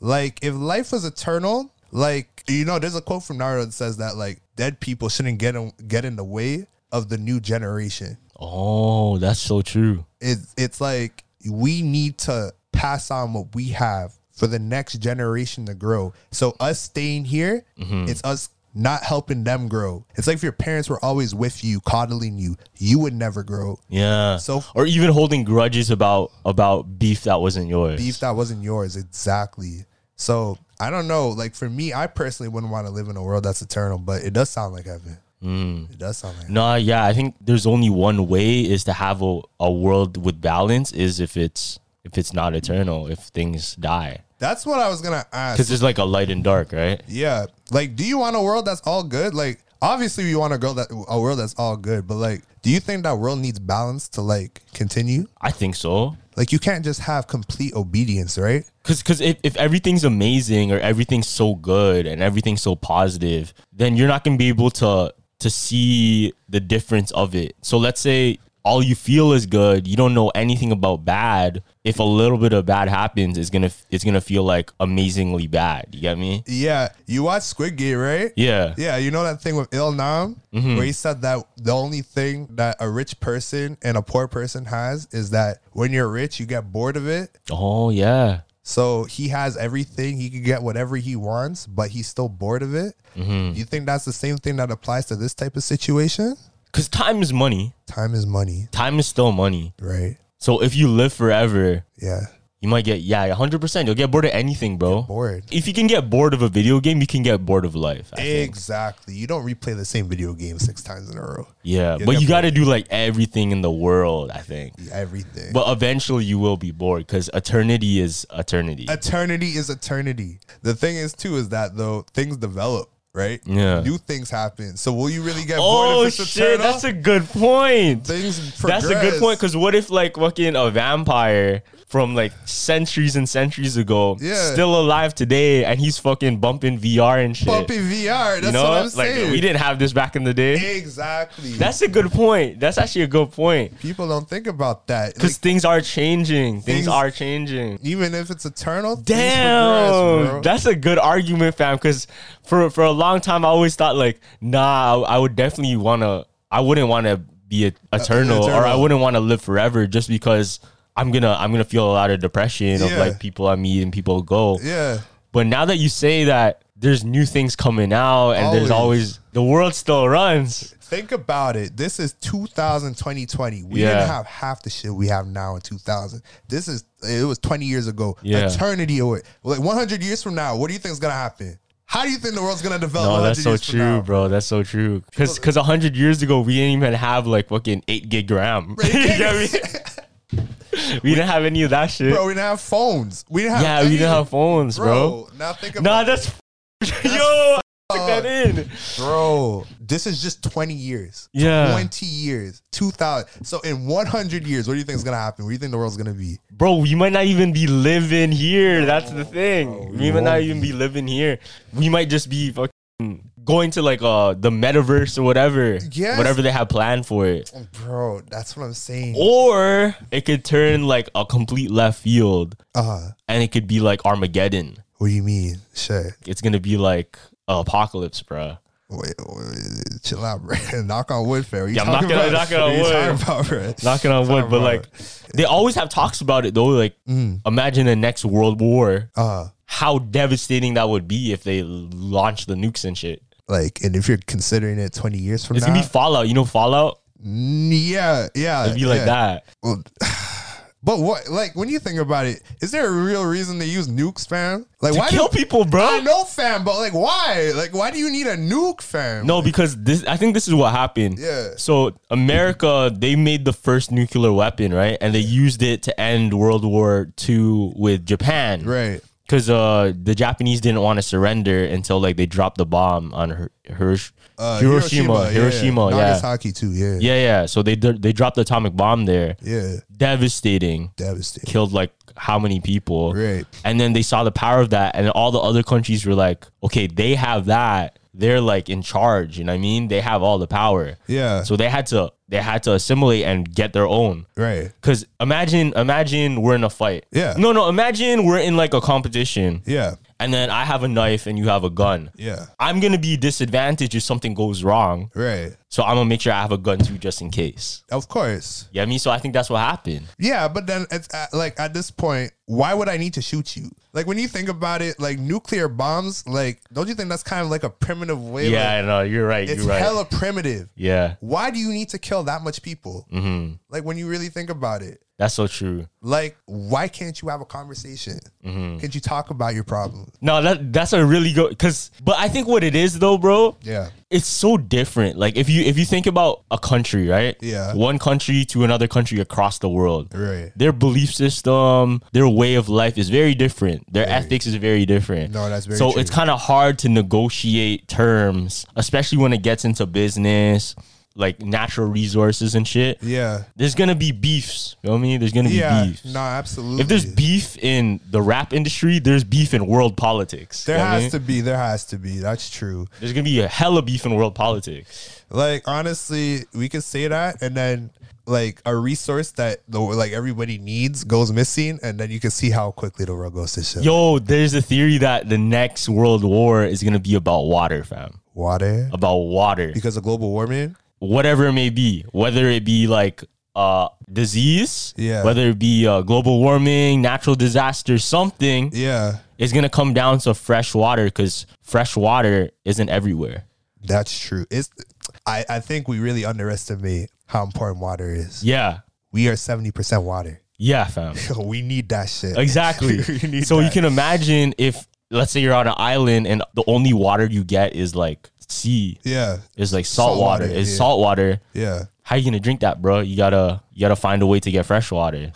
Speaker 4: Like if life was eternal, like you know, there's a quote from Naruto that says that like dead people shouldn't get in, get in the way of the new generation.
Speaker 3: Oh, that's so true.
Speaker 4: it's it's like we need to pass on what we have for the next generation to grow. So us staying here, it's us not helping them grow. It's like if your parents were always with you, coddling you, you would never grow.
Speaker 3: Yeah.
Speaker 4: So-
Speaker 3: or even holding grudges about about beef that wasn't yours.
Speaker 4: Beef that wasn't yours, exactly. So I don't know. Like for me, I personally wouldn't want to live in a world that's eternal, but it does sound like heaven. It does sound like
Speaker 3: No, yeah, I think there's only one way is to have a, a world with balance is if it's if it's not eternal, if things die.
Speaker 4: that's what I was gonna ask.
Speaker 3: Cuz there's like a light and dark, right?
Speaker 4: Yeah. Like, do you want a world that's all good? Like, obviously, we want a girl that a world that's all good, but like, do you think that world needs balance to like continue?
Speaker 3: I think so.
Speaker 4: Like, you can't just have complete obedience, right?
Speaker 3: Cuz cuz if if everything's amazing or everything's so good and everything's so positive, then you're not going to be able to to see the difference of it. So let's say all you feel is good, you don't know anything about bad. If a little bit of bad happens, it's going to it's going to feel like amazingly bad. You get me?
Speaker 4: Yeah. You watch Squid Game, right?
Speaker 3: Yeah.
Speaker 4: Yeah, you know that thing with Il Nam,
Speaker 3: Mm-hmm.
Speaker 4: where he said that the only thing that a rich person and a poor person has is that when you're rich, you get bored of it.
Speaker 3: Oh, yeah.
Speaker 4: So he has everything. He can get whatever he wants, but he's still bored of it.
Speaker 3: Mm-hmm.
Speaker 4: You think that's the same thing that applies to this type of situation?
Speaker 3: Because time is money.
Speaker 4: Time is money,
Speaker 3: Time is still money.
Speaker 4: right?
Speaker 3: So if you live forever,
Speaker 4: Yeah.
Speaker 3: you might get, yeah, 100%. You'll get bored of anything, bro.
Speaker 4: bored.
Speaker 3: If you can get bored of a video game, you can get bored of life. I think.
Speaker 4: Exactly. You don't replay the same video game six times in a row.
Speaker 3: Yeah.
Speaker 4: You'll
Speaker 3: But
Speaker 4: get
Speaker 3: you got to do like everything in the world, I think.
Speaker 4: Everything.
Speaker 3: But eventually you will be bored because eternity is eternity.
Speaker 4: eternity is eternity. The thing is too is that though things develop, right?
Speaker 3: Yeah.
Speaker 4: New things happen. So will you really get bored
Speaker 3: Oh,
Speaker 4: if it's
Speaker 3: shit.
Speaker 4: eternal?
Speaker 3: That's a good point.
Speaker 4: things progress.
Speaker 3: That's a good point because what if like fucking a vampire from like centuries and centuries ago,
Speaker 4: Yeah.
Speaker 3: still alive today, and he's fucking bumping VR and shit.
Speaker 4: Bumpy VR. That's
Speaker 3: you know,
Speaker 4: what I'm
Speaker 3: like
Speaker 4: saying.
Speaker 3: we didn't have this back in the day.
Speaker 4: exactly.
Speaker 3: That's a good point. That's actually a good point
Speaker 4: people don't think about that.
Speaker 3: because
Speaker 4: Like,
Speaker 3: things are changing. Things,
Speaker 4: Things-
Speaker 3: are changing.
Speaker 4: even if it's eternal, things
Speaker 3: Damn,
Speaker 4: progress, bro.
Speaker 3: that's a good argument, fam. Because for for a long time, I always thought like, nah, I, I would definitely wanna, I wouldn't wanna be a, eternal, or I
Speaker 4: eternal.
Speaker 3: wouldn't wanna live forever, just because I'm gonna I'm gonna feel a lot of depression of
Speaker 4: Yeah.
Speaker 3: like people I meet and people go.
Speaker 4: yeah.
Speaker 3: But now that you say that, there's new things coming out, and there's
Speaker 4: Always.
Speaker 3: always the world still runs.
Speaker 4: Think about it. This is 2000, 2020. We
Speaker 3: Yeah.
Speaker 4: didn't have half the shit we have now in 2000. This is, it was 20 years ago.
Speaker 3: Yeah.
Speaker 4: Eternity away. Like 100 years from now, what do you think is going to happen? How do you think the world's going to develop?
Speaker 3: No,
Speaker 4: 100
Speaker 3: that's so
Speaker 4: years from now?
Speaker 3: true, bro. That's so true. Because because hundred years ago, we didn't even have like fucking eight gig RAM. you get me? we didn't have any of that shit.
Speaker 4: Bro, we didn't have phones. We didn't have
Speaker 3: yeah, we didn't
Speaker 4: any-
Speaker 3: have phones, bro.
Speaker 4: Now think
Speaker 3: Nah,
Speaker 4: about
Speaker 3: that's, yo. I took that in.
Speaker 4: bro. This is just twenty years.
Speaker 3: Yeah.
Speaker 4: twenty years, two thousand. So in one hundred years, what do you think is gonna happen? What do you think the world's gonna be?
Speaker 3: Bro, we might not even be living here. That's the thing. we might not even be living here. We might just be fucking going to like uh the metaverse or whatever.
Speaker 4: Yes.
Speaker 3: Whatever they have planned for it.
Speaker 4: Bro, that's what I'm saying.
Speaker 3: Or it could turn like a complete left field
Speaker 4: Uh,
Speaker 3: and it could be like Armageddon.
Speaker 4: what do you mean? Shit.
Speaker 3: It's gonna be like a apocalypse, bro.
Speaker 4: Wait, wait, chill out, bro. Knock on wood, fam. What you
Speaker 3: Yeah, I'm
Speaker 4: talking
Speaker 3: knocking on-
Speaker 4: about?
Speaker 3: knocking on
Speaker 4: What you
Speaker 3: wood.
Speaker 4: talking about, bro?
Speaker 3: Knocking on wood, but like they always have talks about it though. Like
Speaker 4: Mm.
Speaker 3: imagine the next world war.
Speaker 4: uh,
Speaker 3: How devastating that would be if they launch the nukes and shit.
Speaker 4: like, and if you're considering it 20 years from
Speaker 3: It's
Speaker 4: now,
Speaker 3: gonna be Fallout. You know Fallout?
Speaker 4: Mm, yeah, yeah,
Speaker 3: It'd be like
Speaker 4: Uh, yeah.
Speaker 3: that.
Speaker 4: Well, but what, like, when you think about it, is there a real reason they use nukes, fam? Like,
Speaker 3: To
Speaker 4: why
Speaker 3: kill
Speaker 4: do,
Speaker 3: people, bro.
Speaker 4: I know, fam, but like, why? Like, why do you need a nuke, fam?
Speaker 3: No, because this I think this is what happened.
Speaker 4: Yeah.
Speaker 3: So America, they made the first nuclear weapon, right? And they used it to end World War II with Japan.
Speaker 4: right.
Speaker 3: Because uh, the Japanese didn't want to surrender until like they dropped the bomb on Hi- Hirosh-
Speaker 4: Uh,
Speaker 3: Hiroshima. Hiroshima, yeah.
Speaker 4: Nagasaki too. Yeah,
Speaker 3: yeah, yeah. So they they dropped the atomic bomb there.
Speaker 4: yeah.
Speaker 3: Devastating.
Speaker 4: Devastating.
Speaker 3: killed like how many people.
Speaker 4: Right.
Speaker 3: And then they saw the power of that, and all the other countries were like, okay, they have that. They're like in charge. You know what I mean? They have all the power.
Speaker 4: Yeah.
Speaker 3: So they had to they had to assimilate and get their own.
Speaker 4: right.
Speaker 3: Cause imagine imagine we're in a fight.
Speaker 4: Yeah.
Speaker 3: No, no, imagine we're in like a competition
Speaker 4: Yeah,
Speaker 3: and then I have a knife and you have a gun.
Speaker 4: yeah.
Speaker 3: I'm gonna be disadvantaged if something goes wrong.
Speaker 4: Right.
Speaker 3: So I'm gonna make sure I have a gun too just in case.
Speaker 4: Of course.
Speaker 3: Yeah, I mean, so I think that's what happened.
Speaker 4: Yeah, but then it's at, like at this point, why would I need to shoot you? Like when you think about it, like nuclear bombs, like don't you think that's kind of like a primitive way?
Speaker 3: yeah,
Speaker 4: like,
Speaker 3: I know. You're right.
Speaker 4: it's
Speaker 3: You're right.
Speaker 4: hella primitive.
Speaker 3: yeah.
Speaker 4: Why do you need to kill that much people? Mm-hmm. Like when you really think about it,
Speaker 3: That's so true.
Speaker 4: like why can't you have a conversation?
Speaker 3: Mm-hmm.
Speaker 4: Can't you talk about your problem?
Speaker 3: No, that that's a really good because but I think what it is though, bro,
Speaker 4: Yeah,
Speaker 3: it's so different. Like if you if you think about a country, right?
Speaker 4: Yeah.
Speaker 3: One country to another country across the world.
Speaker 4: Right.
Speaker 3: Their belief system, their way of life is very different. Their ethics is very different.
Speaker 4: No, that's very
Speaker 3: So
Speaker 4: true.
Speaker 3: it's kind of hard to negotiate terms, especially when it gets into business, like natural resources and shit.
Speaker 4: yeah,
Speaker 3: There's gonna be beefs. You know what I mean? There's gonna
Speaker 4: yeah.
Speaker 3: be beefs.
Speaker 4: No, absolutely.
Speaker 3: If there's beef in the rap industry, there's beef in world politics.
Speaker 4: there
Speaker 3: You know what I
Speaker 4: has
Speaker 3: mean?
Speaker 4: to be, there has to be. That's true.
Speaker 3: There's gonna be a hella beef in world politics.
Speaker 4: Like honestly, we could say that, and then like a resource that the like everybody needs goes missing, and then you can see how quickly the world goes to shit.
Speaker 3: Yo, there's a theory that the next world war is gonna be about water, fam.
Speaker 4: Water
Speaker 3: About water,
Speaker 4: because of global warming.
Speaker 3: whatever it may be, whether it be like uh disease,
Speaker 4: Yeah.
Speaker 3: whether it be uh, global warming, natural disaster, something
Speaker 4: Yeah,
Speaker 3: is gonna come down to fresh water because fresh water isn't everywhere.
Speaker 4: that's true. It's I I think we really underestimate how important water is.
Speaker 3: Yeah,
Speaker 4: We are seventy percent water.
Speaker 3: yeah, fam.
Speaker 4: we need that shit.
Speaker 3: Exactly.
Speaker 4: We need
Speaker 3: so you
Speaker 4: that.
Speaker 3: can imagine if, let's say, you're on an island and the only water you get is like sea,
Speaker 4: Yeah,
Speaker 3: is like salt,
Speaker 4: Salt
Speaker 3: water,
Speaker 4: water,
Speaker 3: is
Speaker 4: yeah.
Speaker 3: salt water.
Speaker 4: yeah.
Speaker 3: How you gonna drink that, bro? You gotta, you gotta find a way to get fresh water.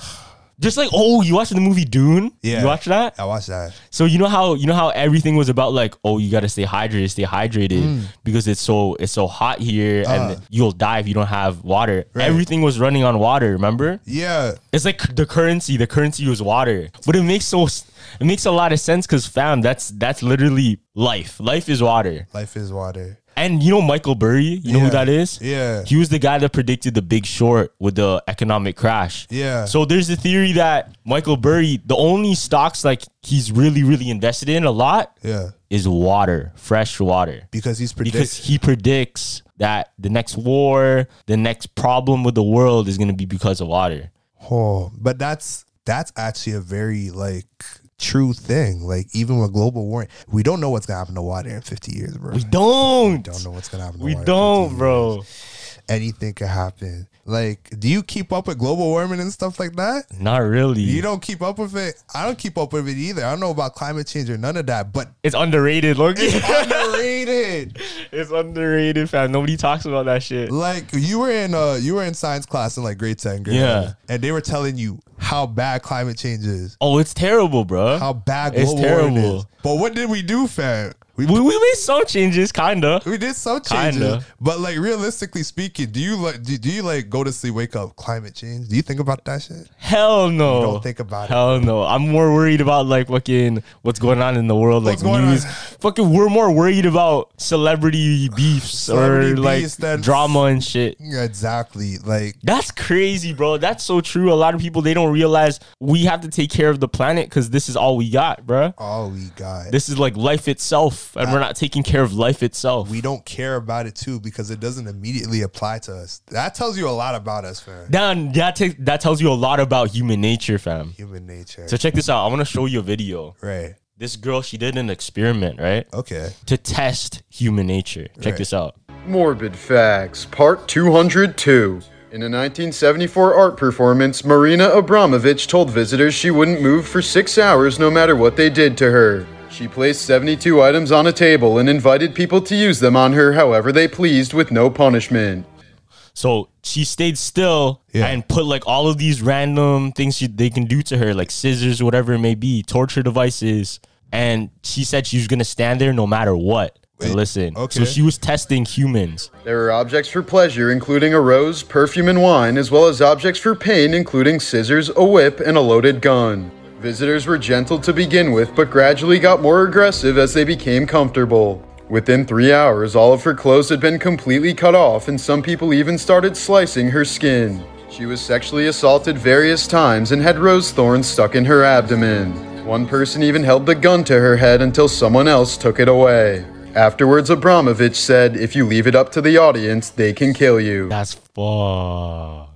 Speaker 3: Just like, oh, you watched the movie Dune?
Speaker 4: Yeah.
Speaker 3: You watch that?
Speaker 4: I watched that.
Speaker 3: So you know how you know how everything was about like, oh, you gotta stay hydrated, stay hydrated
Speaker 4: Mm.
Speaker 3: because it's so it's so hot here
Speaker 4: Uh.
Speaker 3: and you'll die if you don't have water. Everything was running on water, remember?
Speaker 4: Yeah,
Speaker 3: It's like the currency. The currency was water, but it makes so it makes a lot of sense because fam, that's that's literally life. Life is water,
Speaker 4: life is water.
Speaker 3: and you know Michael Burry. You know
Speaker 4: Yeah.
Speaker 3: who that is?
Speaker 4: Yeah.
Speaker 3: he was the guy that predicted the Big Short with the economic crash.
Speaker 4: Yeah.
Speaker 3: So there's a theory that Michael Burry, the only stocks like he's really really invested in a lot
Speaker 4: Yeah,
Speaker 3: is water, fresh water
Speaker 4: because he's
Speaker 3: because
Speaker 4: predicting.
Speaker 3: he predicts that the next war, the next problem with the world is going to be because of water.
Speaker 4: Oh, but that's that's actually a very like true thing. Like even with global warming, we don't know what's gonna happen to water in fifty years, bro.
Speaker 3: We don't.
Speaker 4: don't know what's gonna happen. To
Speaker 3: We
Speaker 4: water in
Speaker 3: don't,
Speaker 4: 50
Speaker 3: bro.
Speaker 4: years. anything could happen. Like, do you keep up with global warming and stuff like that?
Speaker 3: Not really.
Speaker 4: You don't keep up with it. I don't keep up with it either. I don't know about climate change or none of that, but
Speaker 3: it's underrated, Logan.
Speaker 4: underrated.
Speaker 3: it's underrated, fam. Nobody talks about that shit.
Speaker 4: Like you were in uh you were in science class in like grade 10, grade
Speaker 3: Yeah.
Speaker 4: 11, and they were telling you how bad climate change is,
Speaker 3: Oh, it's terrible, bro.
Speaker 4: how bad
Speaker 3: It's
Speaker 4: global warming
Speaker 3: terrible.
Speaker 4: is. But what did we do, fam? We
Speaker 3: we, we made some changes, kinda.
Speaker 4: we did some changes,
Speaker 3: Kinda.
Speaker 4: but like realistically speaking, do you like do, do you like go to sleep, wake up, climate change? Do you think about that shit?
Speaker 3: Hell no.
Speaker 4: Don't think about it.
Speaker 3: Hell no. I'm more worried about like fucking what's going on in the world,
Speaker 4: What's
Speaker 3: like
Speaker 4: going
Speaker 3: news.
Speaker 4: on?
Speaker 3: Fucking, we're more worried about celebrity beefs or
Speaker 4: Celebrity
Speaker 3: like
Speaker 4: beefs than-
Speaker 3: drama and shit.
Speaker 4: Yeah, exactly. Like
Speaker 3: That's crazy, bro. That's so true. A lot of people they don't realize we have to take care of the planet because this is all we got, bro.
Speaker 4: all we got.
Speaker 3: This is like life itself, and we're not taking care of life itself.
Speaker 4: we don't care about it too because it doesn't immediately apply to us. That tells you a lot about us, fam.
Speaker 3: That that, ta- that tells you a lot about human nature, fam.
Speaker 4: Human nature.
Speaker 3: So check this out. I want to show you a video.
Speaker 4: Right.
Speaker 3: This girl, she did an experiment, right,
Speaker 4: Okay.
Speaker 3: to test human nature. Check
Speaker 4: Right.
Speaker 3: this out.
Speaker 5: Morbid Facts, Part 202. In a 1974 art performance, Marina Abramovich told visitors she wouldn't move for six hours no matter what they did to her. She placed 72 items on a table and invited people to use them on her however they pleased with no punishment.
Speaker 3: So she stayed still
Speaker 4: Yeah.
Speaker 3: and put like all of these random things she, they can do to her, like scissors, whatever it may be, torture devices. And she said she was gonna stand there no matter what. And listen, so
Speaker 4: okay.
Speaker 3: she was testing humans.
Speaker 5: There were objects for pleasure, including a rose, perfume, and wine, as well as objects for pain, including scissors, a whip, and a loaded gun. Visitors were gentle to begin with, but gradually got more aggressive as they became comfortable. Within three hours, all of her clothes had been completely cut off, and some people even started slicing her skin. She was sexually assaulted various times and had rose thorns stuck in her abdomen. One person even held the gun to her head until someone else took it away. Afterwards, Abramovich said, If you leave it up to the audience, they can kill you.
Speaker 3: That's fuck.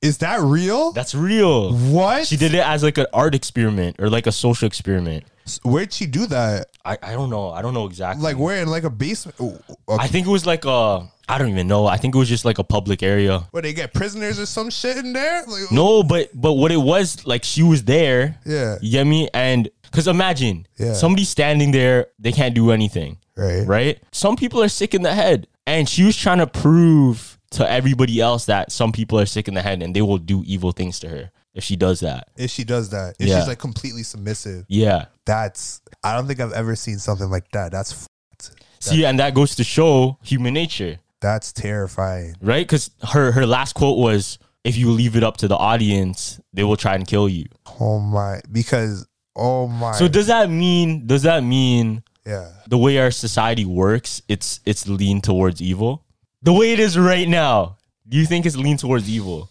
Speaker 4: Is that real?
Speaker 3: That's real.
Speaker 4: What?
Speaker 3: She did it as like an art experiment or like a social experiment.
Speaker 4: Where'd she do that?
Speaker 3: I, I don't know. I don't know exactly.
Speaker 4: Like where in like a basement? Ooh,
Speaker 3: I
Speaker 4: okay.
Speaker 3: think it was like a I don't even know. I think it was just like a public area.
Speaker 4: Where they get prisoners or some shit in there? Like,
Speaker 3: No, but but what it was like she was there.
Speaker 4: Yeah.
Speaker 3: You get me? And cause imagine
Speaker 4: Yeah.
Speaker 3: somebody standing there, they can't do anything.
Speaker 4: Right.
Speaker 3: Right? Some people are sick in the head. And she was trying to prove to everybody else that some people are sick in the head and they will do evil things to her if she does that.
Speaker 4: If she does that, if
Speaker 3: Yeah.
Speaker 4: she's like completely submissive,
Speaker 3: Yeah.
Speaker 4: that's. I don't think I've ever seen something like that. That's f***ed.
Speaker 3: See, and that goes to show human nature.
Speaker 4: that's terrifying.
Speaker 3: right? Because her her last quote was, "If you leave it up to the audience, they will try and kill you."
Speaker 4: Oh my! Because oh my!
Speaker 3: So does that mean does that mean
Speaker 4: yeah.
Speaker 3: the way our society works, it's it's lean towards evil? The way it is right now, do you think it's lean towards evil?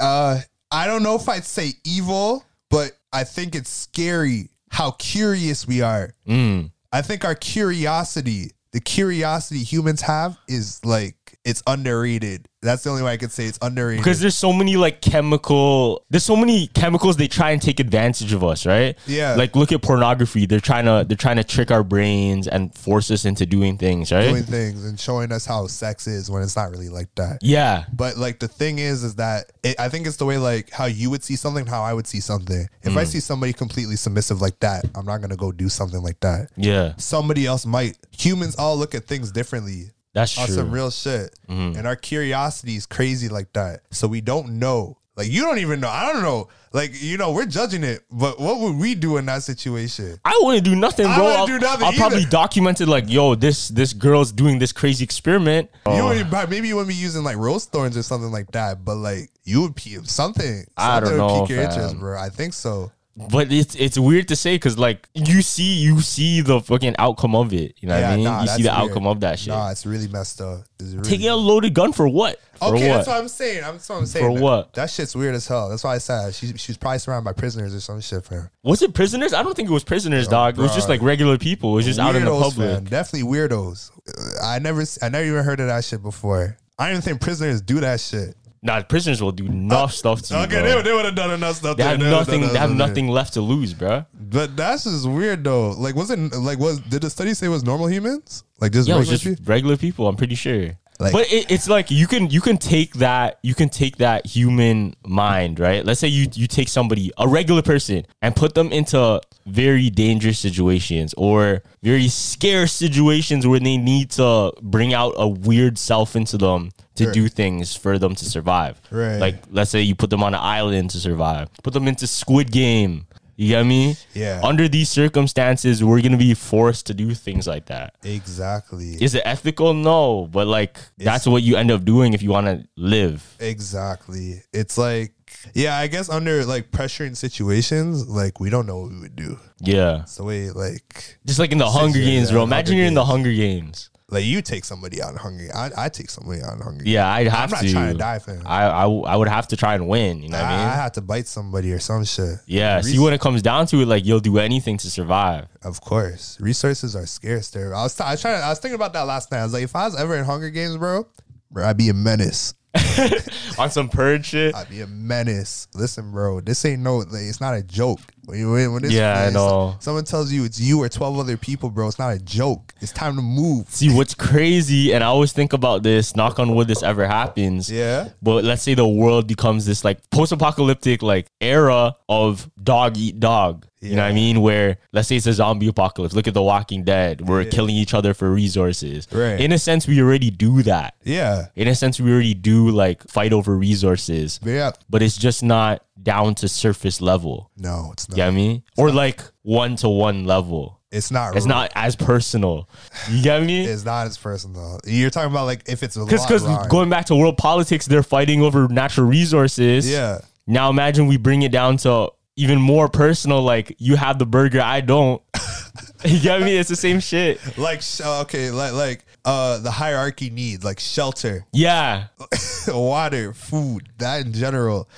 Speaker 4: Uh, I don't know if I'd say evil, but I think it's scary how curious we are.
Speaker 3: Mm.
Speaker 4: I think our curiosity, the curiosity humans have, is like it's underrated. That's the only way I could say it's underrated.
Speaker 3: Because there's so many like chemical, there's so many chemicals they try and take advantage of us, right?
Speaker 4: Yeah.
Speaker 3: Like look at pornography. They're trying to they're trying to trick our brains and force us into doing things, right?
Speaker 4: doing things and showing us how sex is when it's not really like that.
Speaker 3: yeah.
Speaker 4: But like the thing is, is that it, I think it's the way like how you would see something, how I would see something. If
Speaker 3: Hmm.
Speaker 4: I see somebody completely submissive like that, I'm not gonna go do something like that.
Speaker 3: Yeah.
Speaker 4: Somebody else might. Humans all look at things differently.
Speaker 3: That's
Speaker 4: on
Speaker 3: true. Hmm.
Speaker 4: some real shit. And our curiosity is crazy like that. So we don't know. Like you don't even know. I don't know. Like you know, we're judging it, but what would we do in that situation?
Speaker 3: I wouldn't do nothing, bro.
Speaker 4: I wouldn't
Speaker 3: I'll-
Speaker 4: do nothing
Speaker 3: I'll probably
Speaker 4: either.
Speaker 3: document it like, yo, this this girl's doing this crazy experiment.
Speaker 4: You would, but maybe you wouldn't be using like rose thorns or something like that, but like you would pee something.
Speaker 3: I
Speaker 4: something
Speaker 3: don't know,
Speaker 4: Would pique your interest,
Speaker 3: fam.
Speaker 4: bro. I think so.
Speaker 3: But it's it's weird to say because like you see you see the fucking outcome of it. You know what I mean?
Speaker 4: nah,
Speaker 3: you
Speaker 4: that's
Speaker 3: see the
Speaker 4: weird.
Speaker 3: outcome of that shit.
Speaker 4: Nah, it's really messed up. It's really-
Speaker 3: Taking a loaded gun for what? For
Speaker 4: okay,
Speaker 3: what?
Speaker 4: that's what I'm saying. I'm- That's what I'm saying.
Speaker 3: For
Speaker 4: That-
Speaker 3: what?
Speaker 4: That shit's weird as hell. That's why I said she, she was probably surrounded by prisoners or some shit, fam.
Speaker 3: was it prisoners? I don't think it was prisoners, dog. It was just
Speaker 4: bruh.
Speaker 3: like regular people. It was just out in the
Speaker 4: Weirdos,
Speaker 3: public.
Speaker 4: fam. Definitely weirdos. Uh, I never, s- I never even heard of that shit before. I didn't think prisoners do that shit.
Speaker 3: Nah, prisoners will do enough stuff to you.
Speaker 4: Uh, Okay,
Speaker 3: bro.
Speaker 4: they, they would have done enough stuff.
Speaker 3: They
Speaker 4: there.
Speaker 3: have
Speaker 4: would've
Speaker 3: nothing.
Speaker 4: done
Speaker 3: They have
Speaker 4: enough
Speaker 3: nothing left to lose, bro.
Speaker 4: there. But that's just weird though. Like, was it like was did the study say it was normal humans? Like just
Speaker 3: Yeah, it was
Speaker 4: regular
Speaker 3: just
Speaker 4: people?
Speaker 3: regular people. I'm pretty sure.
Speaker 4: Like,
Speaker 3: but it, it's like you can you can take that you can take that human mind right let's say you you take somebody a regular person and put them into very dangerous situations or very scarce situations where they need to bring out a weird self into them to do things for them to survive
Speaker 4: Right.
Speaker 3: like let's say you put them on an island to survive put them into squid game you get me
Speaker 4: Yeah.
Speaker 3: under these circumstances we're gonna be forced to do things like that
Speaker 4: exactly.
Speaker 3: is it ethical? No, but like that's what you end up doing if you want to live.
Speaker 4: Exactly. It's like, yeah, I guess under like pressuring situations, like we don't know what we would do.
Speaker 3: Yeah,
Speaker 4: It's the way like
Speaker 3: just like in the Hunger
Speaker 4: years,
Speaker 3: Games,
Speaker 4: yeah,
Speaker 3: bro.
Speaker 4: Hunger
Speaker 3: Imagine you're in the Hunger Games.
Speaker 4: like you take somebody out hungry. I I take somebody out hungry.
Speaker 3: Yeah, I'd have
Speaker 4: I'm not
Speaker 3: to.
Speaker 4: trying to die for him.
Speaker 3: I, I w- I would have to try and win. You know
Speaker 4: I,
Speaker 3: what
Speaker 4: I,
Speaker 3: I mean?
Speaker 4: have to bite somebody or some shit.
Speaker 3: yeah. See, when it comes down to it, like you'll do anything to survive.
Speaker 4: Of course, resources are scarce. There, I was t- I was trying. I was thinking about that last night. I was like, if I was ever in Hunger Games, bro, bro, I'd be a menace.
Speaker 3: On some purge shit.
Speaker 4: I'd be a menace. Listen, bro, this ain't no. Like, it's not a joke. When you when it's,
Speaker 3: Yeah, I
Speaker 4: when it's-
Speaker 3: know.
Speaker 4: Someone tells you it's you or twelve other people, bro. It's not a joke. It's time to move.
Speaker 3: See what's crazy, and I always think about this. Knock on wood, this ever happens.
Speaker 4: Yeah.
Speaker 3: But let's say the world becomes this like post-apocalyptic like era of dog eat dog. You know what I mean? Where let's say it's a zombie apocalypse. Look at The Walking Dead. We're killing each other for resources.
Speaker 4: Right.
Speaker 3: In a sense, we already do that.
Speaker 4: Yeah,
Speaker 3: In a sense, we already do like fight over resources.
Speaker 4: yeah.
Speaker 3: But it's just not down to surface level.
Speaker 4: No, it's not.
Speaker 3: You know what I mean? Or like one to one level.
Speaker 4: It's not.
Speaker 3: It's not as personal. You get me?
Speaker 4: It's not as personal. You're talking about like if it's a
Speaker 3: Because
Speaker 4: lot
Speaker 3: because
Speaker 4: wrong.
Speaker 3: going back to world politics, they're fighting over natural resources.
Speaker 4: Yeah.
Speaker 3: Now imagine we bring it down to even more personal. Like you have the burger, I don't. you get me? It's the same shit.
Speaker 4: like sh- okay, like like uh the hierarchy needs like shelter,
Speaker 3: Yeah.
Speaker 4: water, food, that in general.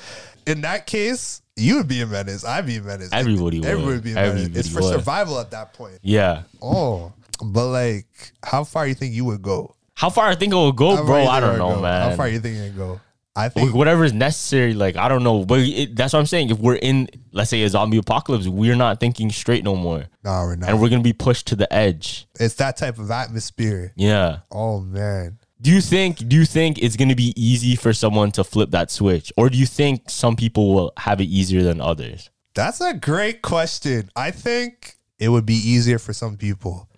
Speaker 4: In that case, you would be a menace. I'd be a menace.
Speaker 3: Everybody would.
Speaker 4: Everybody would be a menace.
Speaker 3: Everybody
Speaker 4: It's for
Speaker 3: would.
Speaker 4: survival at that point.
Speaker 3: Yeah.
Speaker 4: Oh, but like, how far you think you would go,
Speaker 3: How far I think it will go,
Speaker 4: How far
Speaker 3: Oh, bro?
Speaker 4: you
Speaker 3: I
Speaker 4: think it
Speaker 3: don't
Speaker 4: would
Speaker 3: know,
Speaker 4: go?
Speaker 3: man.
Speaker 4: How far you think you would go? I
Speaker 3: Like,
Speaker 4: think
Speaker 3: Whatever is necessary, like I don't know, but it, that's what I'm saying. If we're in, let's say, a zombie apocalypse, we're not thinking straight no more,
Speaker 4: no, we're not.
Speaker 3: and we're gonna be pushed to the edge.
Speaker 4: it's that type of atmosphere.
Speaker 3: Yeah.
Speaker 4: Oh man,
Speaker 3: Do you think do you think it's going to be easy for someone to flip that switch or do you think some people will have it easier than others?
Speaker 4: that's a great question. I think it would be easier for some people.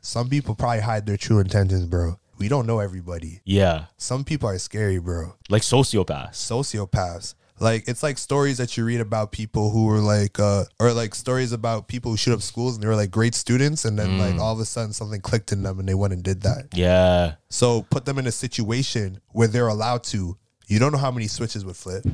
Speaker 4: Some people probably hide their true intentions, bro. We don't know everybody.
Speaker 3: Yeah.
Speaker 4: Some people are scary, bro.
Speaker 3: Like sociopaths.
Speaker 4: sociopaths. Like it's like stories that you read about people who were like, uh, or like stories about people who shoot up schools and they were like great students, and then like all of a sudden something clicked in them and they went and did that.
Speaker 3: Yeah.
Speaker 4: So put them in a situation where they're allowed to. You don't know how many switches would flip.